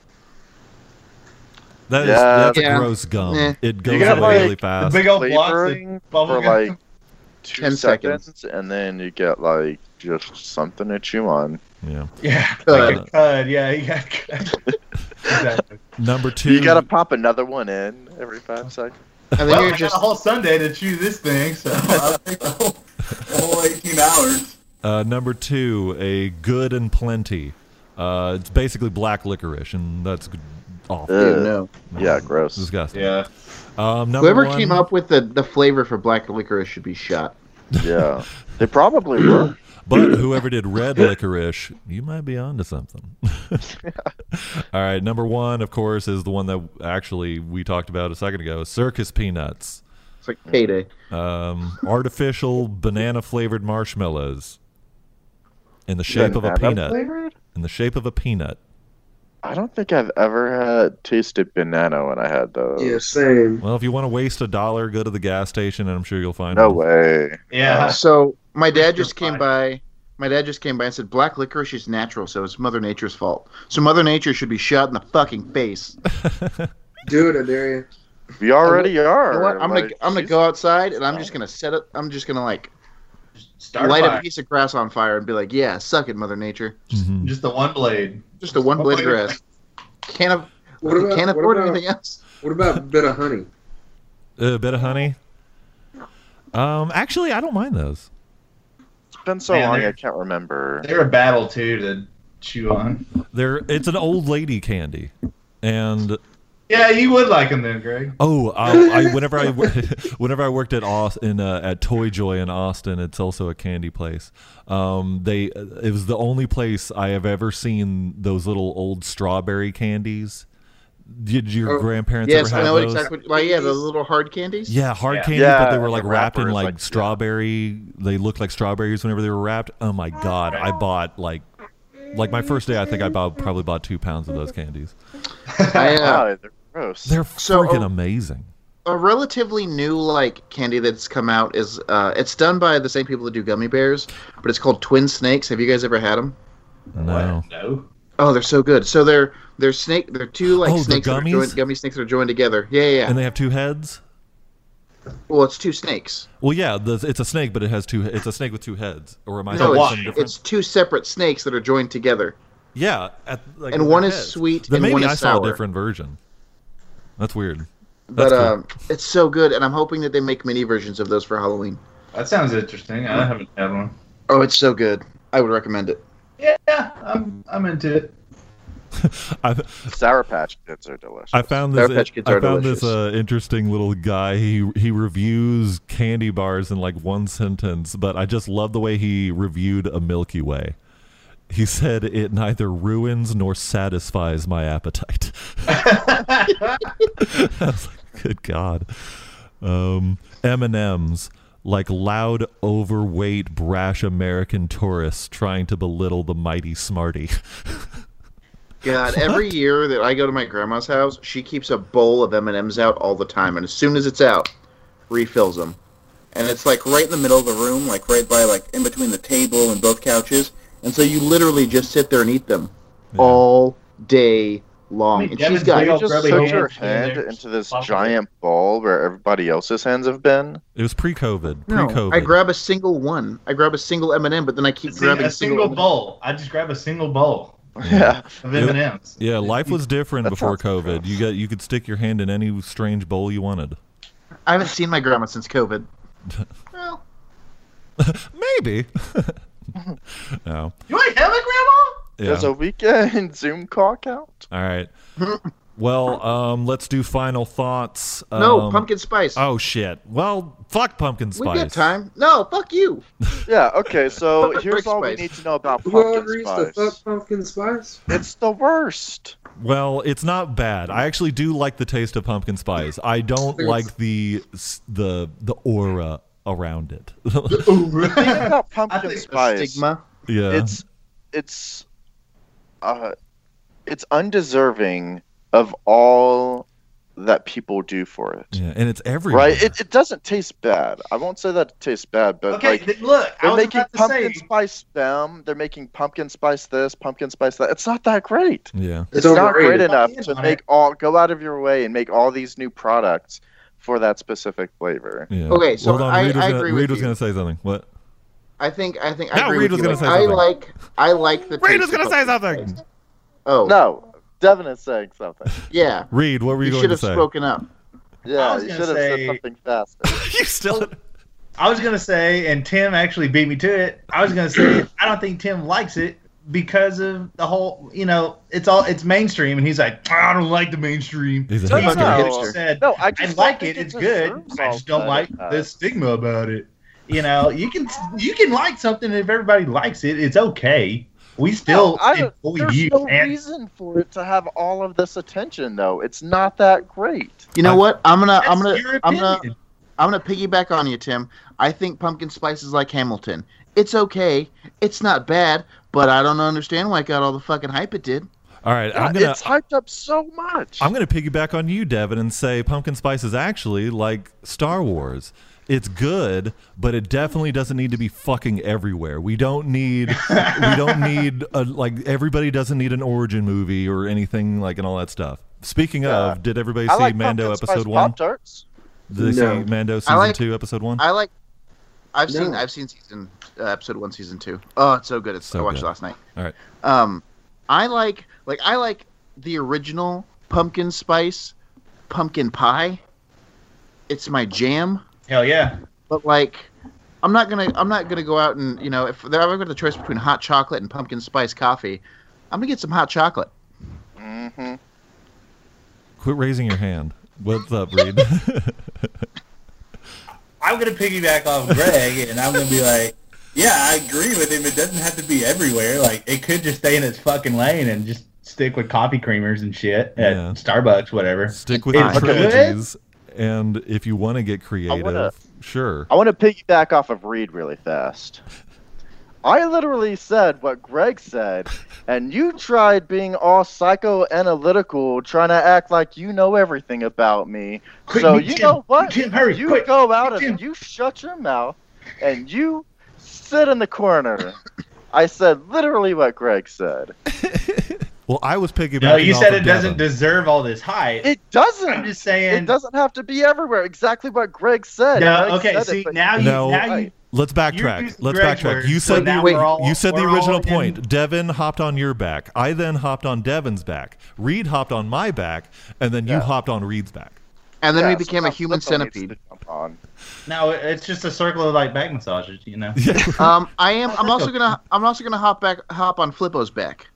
Speaker 3: That is
Speaker 4: Yeah.
Speaker 3: that's
Speaker 5: Yeah.
Speaker 3: a gross gum.
Speaker 5: Nah.
Speaker 3: It goes
Speaker 4: got,
Speaker 3: away
Speaker 4: like,
Speaker 3: really
Speaker 6: The
Speaker 3: fast.
Speaker 6: big old blocks.
Speaker 4: flavoring
Speaker 6: bubble
Speaker 4: for
Speaker 6: gum.
Speaker 4: like two
Speaker 5: 10
Speaker 4: seconds,
Speaker 5: seconds.
Speaker 4: and then you get like just something to chew on.
Speaker 3: yeah.
Speaker 6: Yeah.
Speaker 5: Cud.
Speaker 6: Like a cud. Yeah. You got cud. exactly.
Speaker 3: Number two.
Speaker 4: You gotta pop another one in every five seconds.
Speaker 5: And then
Speaker 6: Well, I
Speaker 5: you're
Speaker 6: got
Speaker 5: just
Speaker 6: a whole Sunday to chew this thing, so I'll take the whole, the whole 18 hours.
Speaker 3: uh, number two, a good and plenty. Uh, it's basically black licorice, and that's g- awful.
Speaker 4: Ugh.
Speaker 5: Dude, no.
Speaker 4: Yeah, gross.
Speaker 3: Disgusting.
Speaker 6: Yeah.
Speaker 3: Um, number
Speaker 5: Whoever
Speaker 3: one,
Speaker 5: came up with the, the flavor for black licorice should be shot.
Speaker 4: Yeah, they probably were.
Speaker 3: but whoever did red licorice, you might be onto something. All right, number one, of course, is the one that actually we talked about a second ago: circus peanuts.
Speaker 5: It's like payday.
Speaker 3: um, artificial banana flavored marshmallows in the shape of a
Speaker 4: Banana
Speaker 3: peanut.
Speaker 4: flavored?
Speaker 3: In the shape of a peanut.
Speaker 4: I don't think I've ever had tasted banana when I had those.
Speaker 7: Yeah, same.
Speaker 3: Well, if you want to waste a dollar, go to the gas station, and I'm sure you'll find
Speaker 4: No
Speaker 3: one.
Speaker 4: way.
Speaker 6: Yeah.
Speaker 5: So my dad
Speaker 6: You're
Speaker 5: just came
Speaker 6: fine.
Speaker 5: by. My dad just came by and said black licorice is natural, so it's Mother Nature's fault. So Mother Nature should be shot in the fucking face.
Speaker 7: Do it, I dare you.
Speaker 4: We already are.
Speaker 5: You know what? I'm gonna
Speaker 4: Like,
Speaker 5: I'm gonna
Speaker 4: she's-
Speaker 5: go outside and I'm just gonna set it. I'm just gonna like
Speaker 6: Start
Speaker 5: light
Speaker 6: fire.
Speaker 5: a piece of grass on fire and be like, yeah, suck it, Mother Nature.
Speaker 3: Mhm.
Speaker 6: Just the one blade.
Speaker 5: Just a one blade
Speaker 6: Mother-
Speaker 5: grass. Can't af-
Speaker 7: What about,
Speaker 5: can't
Speaker 7: what
Speaker 5: afford
Speaker 7: about-
Speaker 5: anything else.
Speaker 7: What about a bit of honey?
Speaker 3: Uh, A bit of honey. Um, actually, I don't mind those.
Speaker 4: It's been so
Speaker 6: Man,
Speaker 4: long,
Speaker 6: they're-
Speaker 4: I can't remember.
Speaker 6: They're a battle, too, to chew on.
Speaker 3: They're it's an old lady candy, and
Speaker 6: Yeah, you would like them then, Greg.
Speaker 3: Oh, I, I whenever I wor- whenever I worked at Aust- in uh, at Toy Joy in Austin, it's also a candy place. Um, they it was the only place I have ever seen those little old strawberry candies. Did your
Speaker 7: Oh,
Speaker 3: grandparents
Speaker 5: Yes,
Speaker 3: ever
Speaker 5: I
Speaker 3: have
Speaker 5: know
Speaker 3: those?
Speaker 5: exactly. Like, yeah, the little hard candies.
Speaker 3: Yeah, hard
Speaker 6: Yeah.
Speaker 3: candy, but they
Speaker 4: Yeah,
Speaker 3: were
Speaker 4: the
Speaker 3: like wrapped in
Speaker 4: wrappers,
Speaker 3: like,
Speaker 4: like- yeah.
Speaker 3: strawberry. They looked like strawberries whenever they were wrapped. Oh my god, I bought like like my first day. I think I bought probably bought two pounds of those candies.
Speaker 5: I, uh,
Speaker 4: Wow, they're gross.
Speaker 3: They're
Speaker 5: So,
Speaker 3: freaking
Speaker 5: oh,
Speaker 3: amazing.
Speaker 5: a relatively new like candy that's come out is uh, it's done by the same people that do gummy bears, but it's called Twin Snakes. Have you guys ever had them?
Speaker 3: No.
Speaker 6: What? No.
Speaker 5: Oh, they're so good. So they're they're snake. They're two like
Speaker 3: Oh, the
Speaker 5: snakes that are
Speaker 3: gummies?
Speaker 5: joined, gummy snakes that are joined together. Yeah, yeah. yeah.
Speaker 3: And they have two heads.
Speaker 5: well, it's two snakes.
Speaker 3: Well, yeah, the, it's a snake, but it has two. It's a snake with two heads. Or am I
Speaker 5: No,
Speaker 3: thinking
Speaker 5: it's,
Speaker 3: something different?
Speaker 5: it's two separate snakes that are joined together.
Speaker 3: yeah, at, like,
Speaker 5: and
Speaker 3: with
Speaker 5: one
Speaker 3: their
Speaker 5: is
Speaker 3: heads.
Speaker 5: sweet
Speaker 3: Then
Speaker 5: and
Speaker 3: maybe
Speaker 5: one is
Speaker 3: I saw
Speaker 5: sour.
Speaker 3: a different version. That's weird.
Speaker 5: But
Speaker 3: That's cool.
Speaker 5: um, it's so good, and I'm hoping that they make mini versions of those for Halloween.
Speaker 6: That sounds interesting. I haven't had one.
Speaker 5: Oh, it's so good. I would recommend it.
Speaker 6: Yeah, I'm I'm into it.
Speaker 5: um,
Speaker 3: I,
Speaker 4: Sour Patch Kids are delicious.
Speaker 3: I found
Speaker 5: Sour
Speaker 3: this.
Speaker 5: Patch Kids
Speaker 3: I
Speaker 5: are
Speaker 3: found this uh,
Speaker 5: delicious.
Speaker 3: interesting little guy. He he reviews candy bars in like one sentence, but I just love the way he reviewed a Milky Way. He said it neither ruins nor satisfies my appetite. I was like, Good God, um, M and M's like loud, overweight, brash American tourists trying to belittle the mighty smarty.
Speaker 5: God, every year that I go to my grandma's house, she keeps a bowl of M and M's out all the time, and as soon as it's out, refills them. And it's like right in the middle of the room, like right by like in between the table and both couches, and so you literally just sit there and eat them all day long.
Speaker 6: Wait,
Speaker 5: and
Speaker 6: Devin's
Speaker 5: she's got
Speaker 6: big
Speaker 5: you
Speaker 6: old
Speaker 5: just
Speaker 6: grubby
Speaker 5: so
Speaker 4: Put
Speaker 6: hand.
Speaker 4: your
Speaker 6: hands in
Speaker 4: hand
Speaker 6: there.
Speaker 4: into this
Speaker 6: Pop it.
Speaker 4: giant bowl where everybody else's hands have been.
Speaker 3: It was pre-COVID.
Speaker 5: no,
Speaker 3: Pre-COVID.
Speaker 5: I grab a single one. I grab a single M and M, but then I keep
Speaker 6: See,
Speaker 5: grabbing
Speaker 6: a single
Speaker 5: M&M.
Speaker 6: bowl. I just grab a single bowl
Speaker 4: Yeah.
Speaker 6: of M&Ms.
Speaker 3: Yeah, life was different
Speaker 4: That
Speaker 3: before
Speaker 4: sounds
Speaker 3: COVID.
Speaker 4: gross.
Speaker 3: You got you could stick your hand in any strange bowl you wanted.
Speaker 5: I haven't seen my grandma since COVID. well,
Speaker 3: Maybe. no.
Speaker 6: You ain't have it,
Speaker 3: Yeah.
Speaker 4: There's a weekend Zoom call count.
Speaker 3: All right. Well, um, let's do final thoughts.
Speaker 5: no
Speaker 3: Um,
Speaker 5: pumpkin spice.
Speaker 3: Oh shit. Well, fuck pumpkin
Speaker 5: we
Speaker 3: spice.
Speaker 5: got time. No, fuck you.
Speaker 4: Yeah, okay, so here's
Speaker 5: Pumpkin
Speaker 4: all we
Speaker 5: spice.
Speaker 4: need to know about
Speaker 7: Who
Speaker 4: pumpkin
Speaker 7: agrees to
Speaker 4: spice.
Speaker 7: fuck pumpkin spice?
Speaker 4: It's the worst.
Speaker 3: Well, it's not bad. I actually do like the taste of pumpkin spice. I don't
Speaker 7: It's-
Speaker 3: like the s- the the aura around it.
Speaker 6: grandma?
Speaker 4: Think about
Speaker 6: think
Speaker 4: pumpkin
Speaker 6: the
Speaker 4: spice.
Speaker 5: Stigma.
Speaker 3: yeah.
Speaker 4: It's it's uh it's undeserving of all that people do for it.
Speaker 3: yeah, and it's everywhere.
Speaker 4: Right? It, it doesn't taste bad. I won't say that it tastes bad, but
Speaker 6: okay,
Speaker 4: like
Speaker 6: then look, I
Speaker 4: They're
Speaker 6: was
Speaker 4: making
Speaker 6: about to
Speaker 4: pumpkin
Speaker 6: say,
Speaker 4: spice them. They're making pumpkin spice this, pumpkin spice that. It's not that great.
Speaker 3: Yeah.
Speaker 7: It's
Speaker 4: It's, not great
Speaker 7: overrated.
Speaker 4: enough
Speaker 6: Fucking
Speaker 4: to
Speaker 6: on
Speaker 4: make
Speaker 6: it.
Speaker 4: all go out of your way and make all these new products for that specific flavor.
Speaker 3: Yeah.
Speaker 5: Okay, so
Speaker 3: Hold on,
Speaker 5: I-
Speaker 3: Reed was
Speaker 5: I
Speaker 3: gonna,
Speaker 5: agree
Speaker 3: Reed
Speaker 5: with
Speaker 3: was
Speaker 5: you.
Speaker 3: gonna say something. What?
Speaker 5: I think I think I
Speaker 3: Now
Speaker 5: agree
Speaker 3: Reed
Speaker 5: with
Speaker 3: was
Speaker 5: you.
Speaker 3: gonna
Speaker 5: Like,
Speaker 3: say
Speaker 5: I like I like the.
Speaker 3: Reed
Speaker 5: taste
Speaker 3: was gonna
Speaker 5: of
Speaker 3: say
Speaker 5: pumpkin
Speaker 3: something.
Speaker 5: spice. Oh
Speaker 4: No, Devin is saying something.
Speaker 5: yeah,
Speaker 3: Reed, what were you,
Speaker 5: you
Speaker 3: going
Speaker 5: should
Speaker 3: to
Speaker 5: have
Speaker 3: say?
Speaker 5: spoken up.
Speaker 6: I
Speaker 4: Yeah,
Speaker 6: was
Speaker 4: you
Speaker 6: gonna
Speaker 4: should have
Speaker 6: say-
Speaker 4: said something faster.
Speaker 3: you still
Speaker 6: I was gonna say, and Tim actually beat me to it. I was gonna say, I don't think Tim likes it because of the whole, you know, it's all it's mainstream, and he's like, I don't like the mainstream.
Speaker 3: He's a
Speaker 6: That's
Speaker 5: hipster.
Speaker 6: what he
Speaker 5: Hipster.
Speaker 6: said,
Speaker 4: No, I
Speaker 6: I
Speaker 4: just Uh,
Speaker 6: like
Speaker 4: don't
Speaker 6: it.
Speaker 4: think
Speaker 6: It's good.
Speaker 4: deserves
Speaker 6: I
Speaker 4: all
Speaker 6: just don't
Speaker 4: that
Speaker 6: like
Speaker 4: it has.
Speaker 6: the stigma about it. You know, you can you can like something if everybody likes it. It's okay. We still
Speaker 4: No, I don't-
Speaker 6: employ
Speaker 4: There's
Speaker 6: you,
Speaker 4: no
Speaker 6: man.
Speaker 4: reason for it to have all of this attention, though. It's not that great.
Speaker 5: You know
Speaker 3: I-
Speaker 5: what? I'm gonna
Speaker 6: That's
Speaker 5: I'm gonna
Speaker 6: your
Speaker 5: I'm gonna
Speaker 6: opinion.
Speaker 5: I'm gonna piggyback on you, Tim. I think pumpkin spice is like Hamilton. It's okay. It's not bad, but I don't understand why it got all the fucking hype it did.
Speaker 3: All right, I'm
Speaker 4: Yeah,
Speaker 3: gonna
Speaker 4: it's hyped up so much.
Speaker 3: I'm gonna piggyback on you, Devin, and say pumpkin spice is actually like Star Wars. It's good, but it definitely doesn't need to be fucking everywhere. We don't need we don't need a, like everybody doesn't need an origin movie or anything like and all that stuff. Speaking
Speaker 4: Yeah.
Speaker 3: of, did everybody
Speaker 4: I
Speaker 3: see
Speaker 4: like
Speaker 3: Mando
Speaker 4: pumpkin
Speaker 3: episode
Speaker 4: spice
Speaker 3: one?
Speaker 4: Pop-Tarts.
Speaker 3: Did they
Speaker 7: No.
Speaker 3: see Mando season
Speaker 5: like-
Speaker 3: two episode one?
Speaker 5: I like. I've seen
Speaker 7: No.
Speaker 5: I've seen season uh, episode one, season two. Oh, it's so good. It's
Speaker 3: So
Speaker 5: I watched
Speaker 3: good.
Speaker 5: it last night.
Speaker 3: All right.
Speaker 5: Um, I like like I like the original pumpkin spice pumpkin pie. It's my jam.
Speaker 6: Hell yeah.
Speaker 5: But like, I'm not gonna I'm not gonna go out and you know if there ever got the choice between hot chocolate and pumpkin spice coffee, I'm gonna get some hot chocolate.
Speaker 4: Mm-hmm.
Speaker 3: Quit raising your hand. What's up, Reed?
Speaker 6: I'm gonna piggyback off Greg, and I'm gonna be like, yeah, I agree with him. It doesn't have to be everywhere. Like, it could just stay in its fucking lane and just stick with coffee creamers and shit at
Speaker 3: Yeah.
Speaker 6: Starbucks, whatever.
Speaker 3: Stick with your
Speaker 5: Okay.
Speaker 3: trilogies, and if you want to get
Speaker 4: wanna-
Speaker 3: creative, sure.
Speaker 4: I want to piggyback off of Reed really fast. I literally said what Greg said, and you tried being all psychoanalytical, trying to act like you know everything about me.
Speaker 6: Quick,
Speaker 4: so
Speaker 6: me,
Speaker 4: you
Speaker 6: Tim.
Speaker 4: know what?
Speaker 6: Tim, hurry,
Speaker 4: you
Speaker 6: quick.
Speaker 4: go out
Speaker 6: Tim.
Speaker 4: and you shut your mouth, and you sit in the corner. I said literally what Greg said.
Speaker 3: Well, I was piggybacking.
Speaker 6: No, you
Speaker 3: off
Speaker 6: said
Speaker 3: of
Speaker 6: it doesn't
Speaker 3: Devin.
Speaker 6: deserve all this hype.
Speaker 4: It doesn't.
Speaker 6: I'm just saying.
Speaker 4: It doesn't have to be everywhere. Exactly what Greg said. Greg
Speaker 6: No, okay.
Speaker 4: said it,
Speaker 6: See,
Speaker 4: but-
Speaker 6: now you
Speaker 3: No.
Speaker 6: now you
Speaker 4: Right.
Speaker 3: Let's
Speaker 6: you're
Speaker 3: backtrack.
Speaker 6: using
Speaker 3: Let's
Speaker 6: Greg's
Speaker 3: backtrack.
Speaker 6: words,
Speaker 3: You
Speaker 6: so
Speaker 3: said
Speaker 6: now
Speaker 3: the
Speaker 5: wait,
Speaker 6: we're all-
Speaker 3: you said the
Speaker 6: we're all
Speaker 3: original
Speaker 6: in-
Speaker 3: point. Devin hopped on your back. I then hopped on Devin's back. Reed hopped on my back, and then you
Speaker 4: Yeah.
Speaker 3: hopped on Reed's back.
Speaker 5: And then
Speaker 4: Yeah,
Speaker 5: we became a
Speaker 4: someone
Speaker 5: human
Speaker 4: still needs to
Speaker 5: centipede.
Speaker 4: jump on.
Speaker 6: No, it- it's just a circle of like back massages, you know.
Speaker 5: Um, I am. I'm also gonna. I'm also gonna hop back. Hop on Flippo's back.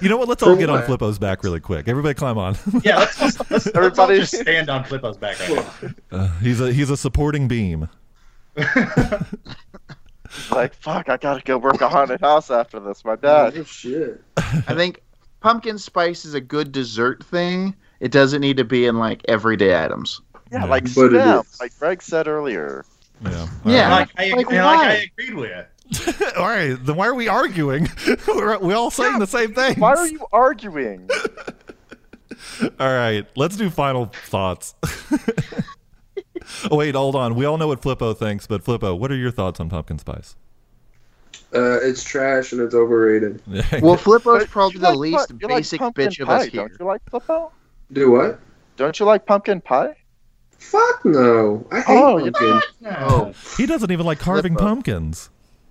Speaker 3: You know what? Let's all get on Flippo's back really quick. Everybody climb on.
Speaker 6: Yeah, let's just, let's, let's all
Speaker 4: Everybody-
Speaker 6: just stand on Flippo's back right now.
Speaker 3: Uh, he's a he's a supporting beam.
Speaker 4: Like, fuck, I gotta go work a haunted house after this. My dad.
Speaker 7: Oh, shit.
Speaker 5: I think pumpkin spice is a good dessert thing. It doesn't need to be in like everyday items.
Speaker 4: Yeah, like
Speaker 7: But it
Speaker 4: spam,
Speaker 7: is.
Speaker 4: like Greg said earlier.
Speaker 3: Yeah.
Speaker 5: Yeah.
Speaker 6: Like, I,
Speaker 5: Like,
Speaker 6: and like I
Speaker 5: why?
Speaker 6: agreed with.
Speaker 3: all right. Then why are we arguing? we're, we're all saying the same thing.
Speaker 4: Why are you arguing?
Speaker 3: All right, let's do final thoughts. oh wait, hold on. We all know what Flippo thinks, but Flippo, what are your thoughts on pumpkin spice?
Speaker 7: Uh, it's trash and it's overrated.
Speaker 5: Well, Flippo's
Speaker 4: But
Speaker 5: probably
Speaker 4: you
Speaker 5: the
Speaker 4: like
Speaker 5: least
Speaker 4: pu- you like
Speaker 5: basic
Speaker 4: pumpkin
Speaker 5: bitch of
Speaker 4: pie,
Speaker 5: us here.
Speaker 4: Don't you like Flippo?
Speaker 7: Do what?
Speaker 4: Don't you like pumpkin pie?
Speaker 7: Fuck no. I hate
Speaker 4: Oh, you-
Speaker 7: pumpkin.
Speaker 6: you.
Speaker 5: Oh,
Speaker 3: he doesn't even like carving
Speaker 5: Flippo.
Speaker 3: pumpkins.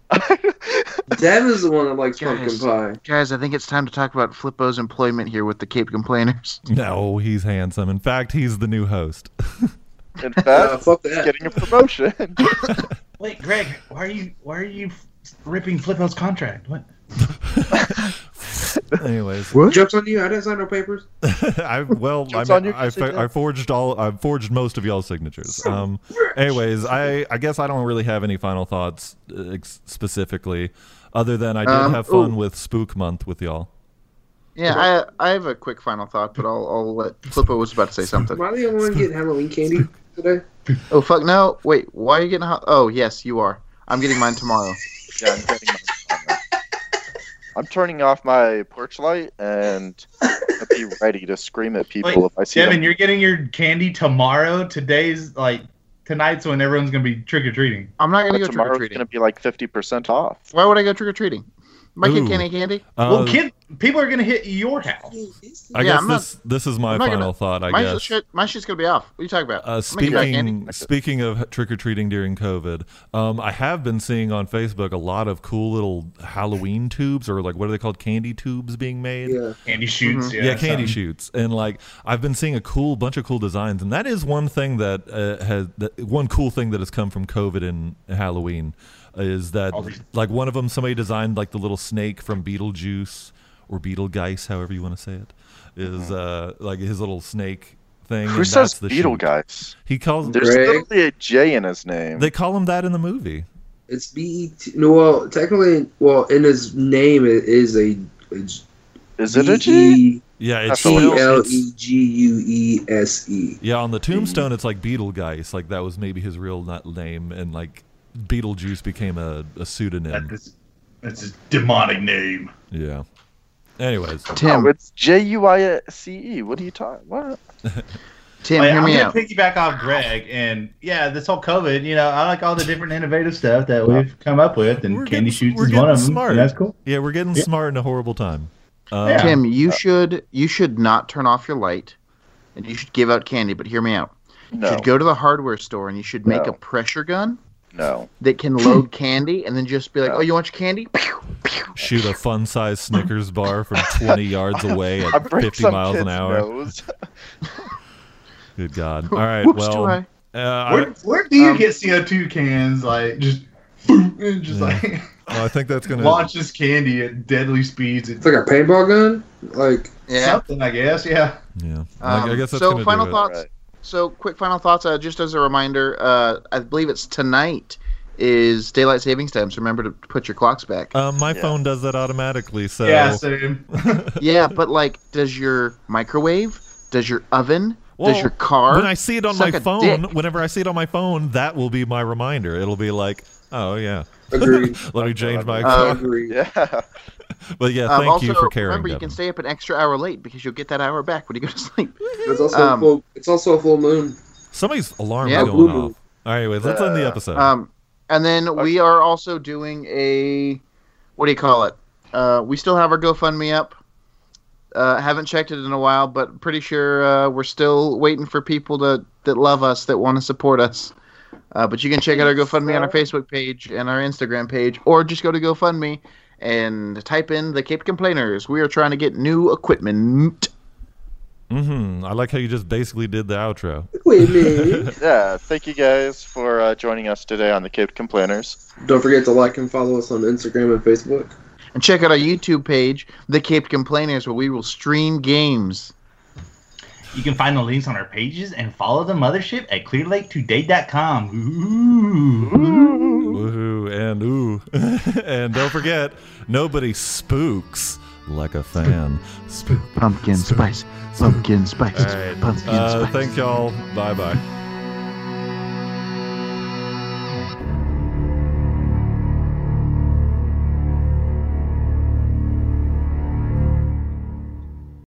Speaker 7: Dev is the one that likes
Speaker 5: Guys.
Speaker 7: pumpkin pie.
Speaker 5: guys, I think it's time to talk about Flippo's employment here with the Cape Complainers.
Speaker 3: No, he's handsome. In fact, he's the new host.
Speaker 4: In
Speaker 7: Uh,
Speaker 4: fact,
Speaker 7: fuck
Speaker 4: he's
Speaker 7: that.
Speaker 4: getting a promotion.
Speaker 6: Wait, Greg, why are you why are you f- ripping Flippo's contract? What?
Speaker 3: Anyways,
Speaker 7: Jokes on you. I didn't sign no papers.
Speaker 3: I well, I,
Speaker 4: Jokes on
Speaker 3: mean,
Speaker 4: you,
Speaker 3: I,
Speaker 4: Chrissy.
Speaker 3: I forged all. I forged most of y'all's signatures. Um, anyways, I I guess I don't really have any final thoughts uh, ex- specifically, other than I did
Speaker 5: Um,
Speaker 3: have fun
Speaker 5: ooh.
Speaker 3: with Spook Month with y'all.
Speaker 5: Yeah, I I have a quick final thought, but I'll I'll let Flippo was about to say something.
Speaker 7: Am I the only one getting Halloween candy today?
Speaker 5: Oh fuck no! Wait, why are you getting hot? Oh yes, you are. I'm getting mine tomorrow.
Speaker 4: yeah, I'm getting. My I'm turning off my porch light and I'll be ready to scream at people
Speaker 6: Wait,
Speaker 4: if I see
Speaker 6: Devin,
Speaker 4: them.
Speaker 6: you're getting your candy tomorrow. Today's like tonight's when everyone's gonna be trick or treating.
Speaker 5: I'm not gonna go trick or
Speaker 4: Tomorrow's
Speaker 5: treating.
Speaker 4: gonna be like fifty percent off.
Speaker 5: Why would I go trick or treating? My kid
Speaker 3: Ooh.
Speaker 5: can't eat candy.
Speaker 6: well,
Speaker 3: Uh,
Speaker 6: kid, people are gonna hit your house.
Speaker 3: I
Speaker 5: Yeah,
Speaker 3: guess
Speaker 5: I'm not-
Speaker 3: this this is my
Speaker 5: I'm not
Speaker 3: final
Speaker 5: gonna-
Speaker 3: thought. I
Speaker 5: my
Speaker 3: guess
Speaker 5: shit, my shit's gonna be off. What are you talking about?
Speaker 3: Uh,
Speaker 5: I'm making my candy.
Speaker 3: speaking speaking of trick or treating during COVID, um, I have been seeing on Facebook a lot of cool little Halloween tubes or like what are they called, candy tubes being made.
Speaker 7: Yeah.
Speaker 6: Candy shoots.
Speaker 3: Yeah,
Speaker 6: Yeah,
Speaker 3: candy
Speaker 6: something.
Speaker 3: shoots, and like I've been seeing a cool bunch of cool designs, and that is one thing that uh, has that, one cool thing that has come from COVID and Halloween is that
Speaker 6: All these-
Speaker 3: like one of them somebody designed like the little snake from Beetlejuice or Beetlegeist, however you want to say it, is, uh, like his little snake thing.
Speaker 4: Who
Speaker 3: and
Speaker 4: says
Speaker 3: that's the
Speaker 4: Beetle
Speaker 3: shoot.
Speaker 4: guys?
Speaker 3: He calls
Speaker 4: There's
Speaker 7: Greg.
Speaker 4: literally a J in his name.
Speaker 3: They call him that in the movie.
Speaker 7: It's BET. No, well, technically, well, in his name it is a. It's
Speaker 4: Is it a G?
Speaker 3: Yeah, it's,
Speaker 4: That's the
Speaker 7: T
Speaker 4: spelled-
Speaker 7: L
Speaker 3: it's-
Speaker 7: E G U E S E.
Speaker 3: yeah. On the tombstone, it's like Beetlegeist. Like that was maybe his real na- name, and like Beetlejuice became a, a
Speaker 6: That
Speaker 3: pseudonym.
Speaker 6: is, that's his demonic name.
Speaker 3: Yeah. Anyways,
Speaker 5: Tim,
Speaker 4: No, it's J U I C E. What are you talking? What?
Speaker 5: Tim,
Speaker 6: Like,
Speaker 5: hear
Speaker 6: I'm
Speaker 5: me
Speaker 6: gonna
Speaker 5: out.
Speaker 6: piggyback off Greg, and yeah, this whole COVID. You know, I like all the different innovative stuff that we've come up with, and
Speaker 3: We're
Speaker 6: candy
Speaker 3: getting-
Speaker 6: shoots
Speaker 3: we're
Speaker 6: is one
Speaker 3: getting
Speaker 6: of them.
Speaker 3: smart.
Speaker 6: That's cool.
Speaker 3: yeah, we're getting
Speaker 6: Yeah.
Speaker 3: smart in a horrible time. Uh,
Speaker 6: Yeah.
Speaker 5: Tim, you should you should not turn off your light, and you should give out candy. But hear me out. You
Speaker 4: No,
Speaker 5: should go to the hardware store and you should make
Speaker 4: No.
Speaker 5: a pressure gun
Speaker 4: no.
Speaker 5: that can load candy, and then just be like, "Oh, you want your candy?"
Speaker 3: Shoot a fun-sized Snickers bar from 20 yards away
Speaker 4: I
Speaker 3: at
Speaker 4: break
Speaker 3: 50
Speaker 4: some
Speaker 3: miles an
Speaker 4: kid's
Speaker 3: hour.
Speaker 4: nose.
Speaker 3: Good God! All right,
Speaker 5: Whoops,
Speaker 3: well,
Speaker 5: do
Speaker 3: uh,
Speaker 5: I?
Speaker 3: I,
Speaker 6: Where, where do you
Speaker 5: Um,
Speaker 6: get CO two cans? Like just, boom, just
Speaker 3: Yeah.
Speaker 6: like
Speaker 3: well, I think that's gonna
Speaker 6: launch this candy at deadly speeds.
Speaker 7: It's
Speaker 6: It's
Speaker 7: like a paintball gun. Like
Speaker 5: Yeah.
Speaker 6: something, I guess. Yeah.
Speaker 3: Yeah,
Speaker 5: Um,
Speaker 3: I, I guess that's
Speaker 5: so
Speaker 3: gonna
Speaker 5: final
Speaker 3: do it.
Speaker 5: thoughts.
Speaker 4: Right.
Speaker 5: So, quick final thoughts. Uh, just as a reminder, uh, I believe it's tonight is daylight savings time. So remember to put your clocks back.
Speaker 3: Um, my
Speaker 4: Yeah.
Speaker 3: phone does that automatically, so
Speaker 6: Yeah. Same.
Speaker 5: yeah, but like, does your microwave? Does your oven?
Speaker 3: Well,
Speaker 5: does your car?
Speaker 3: when I see it on
Speaker 5: suck
Speaker 3: my
Speaker 5: a
Speaker 3: phone,
Speaker 5: dick?
Speaker 3: whenever I see it on my phone, that will be my reminder. It'll be like Oh yeah.
Speaker 7: Agreed.
Speaker 3: Let me change
Speaker 7: I
Speaker 3: my.
Speaker 5: Uh,
Speaker 7: agree.
Speaker 4: Yeah.
Speaker 3: but yeah,
Speaker 5: Um,
Speaker 3: thank
Speaker 5: also,
Speaker 3: you for caring.
Speaker 5: remember you
Speaker 3: Devin.
Speaker 5: can stay up an extra hour late because you'll get that hour back when you go to sleep.
Speaker 7: It's also
Speaker 5: Um,
Speaker 7: a full. It's also a full moon.
Speaker 3: Somebody's alarm
Speaker 5: Yeah.
Speaker 3: is going
Speaker 7: Blue
Speaker 3: off.
Speaker 7: moon.
Speaker 3: All right, wait. Let's end the episode.
Speaker 5: Um, and then we are also doing a what do you call it? Uh, we still have our GoFundMe up. Uh, haven't checked it in a while, but pretty sure uh, we're still waiting for people to that love us that want to support us. Uh, but you can check out our GoFundMe on our Facebook page and our Instagram page, or just go to GoFundMe and type in the Cape Complainers. We are trying to get new equipment.
Speaker 3: hmm I like how you just basically did the outro.
Speaker 7: Wait a minute.
Speaker 4: Yeah. Thank you guys for uh, joining us today on the Cape Complainers.
Speaker 7: Don't forget to like and follow us on Instagram and Facebook.
Speaker 5: And check out our YouTube page, The Cape Complainers, where we will stream games.
Speaker 6: You can find the links on our pages and follow the mothership at clearlaketoday.com. Ooh.
Speaker 3: Woohoo and ooh. and don't forget, nobody spooks like a fan. Spook.
Speaker 5: Pumpkin spice, pumpkin spice,
Speaker 3: All right.
Speaker 5: pumpkin
Speaker 3: Uh,
Speaker 5: spice.
Speaker 3: thanks, y'all. Bye bye.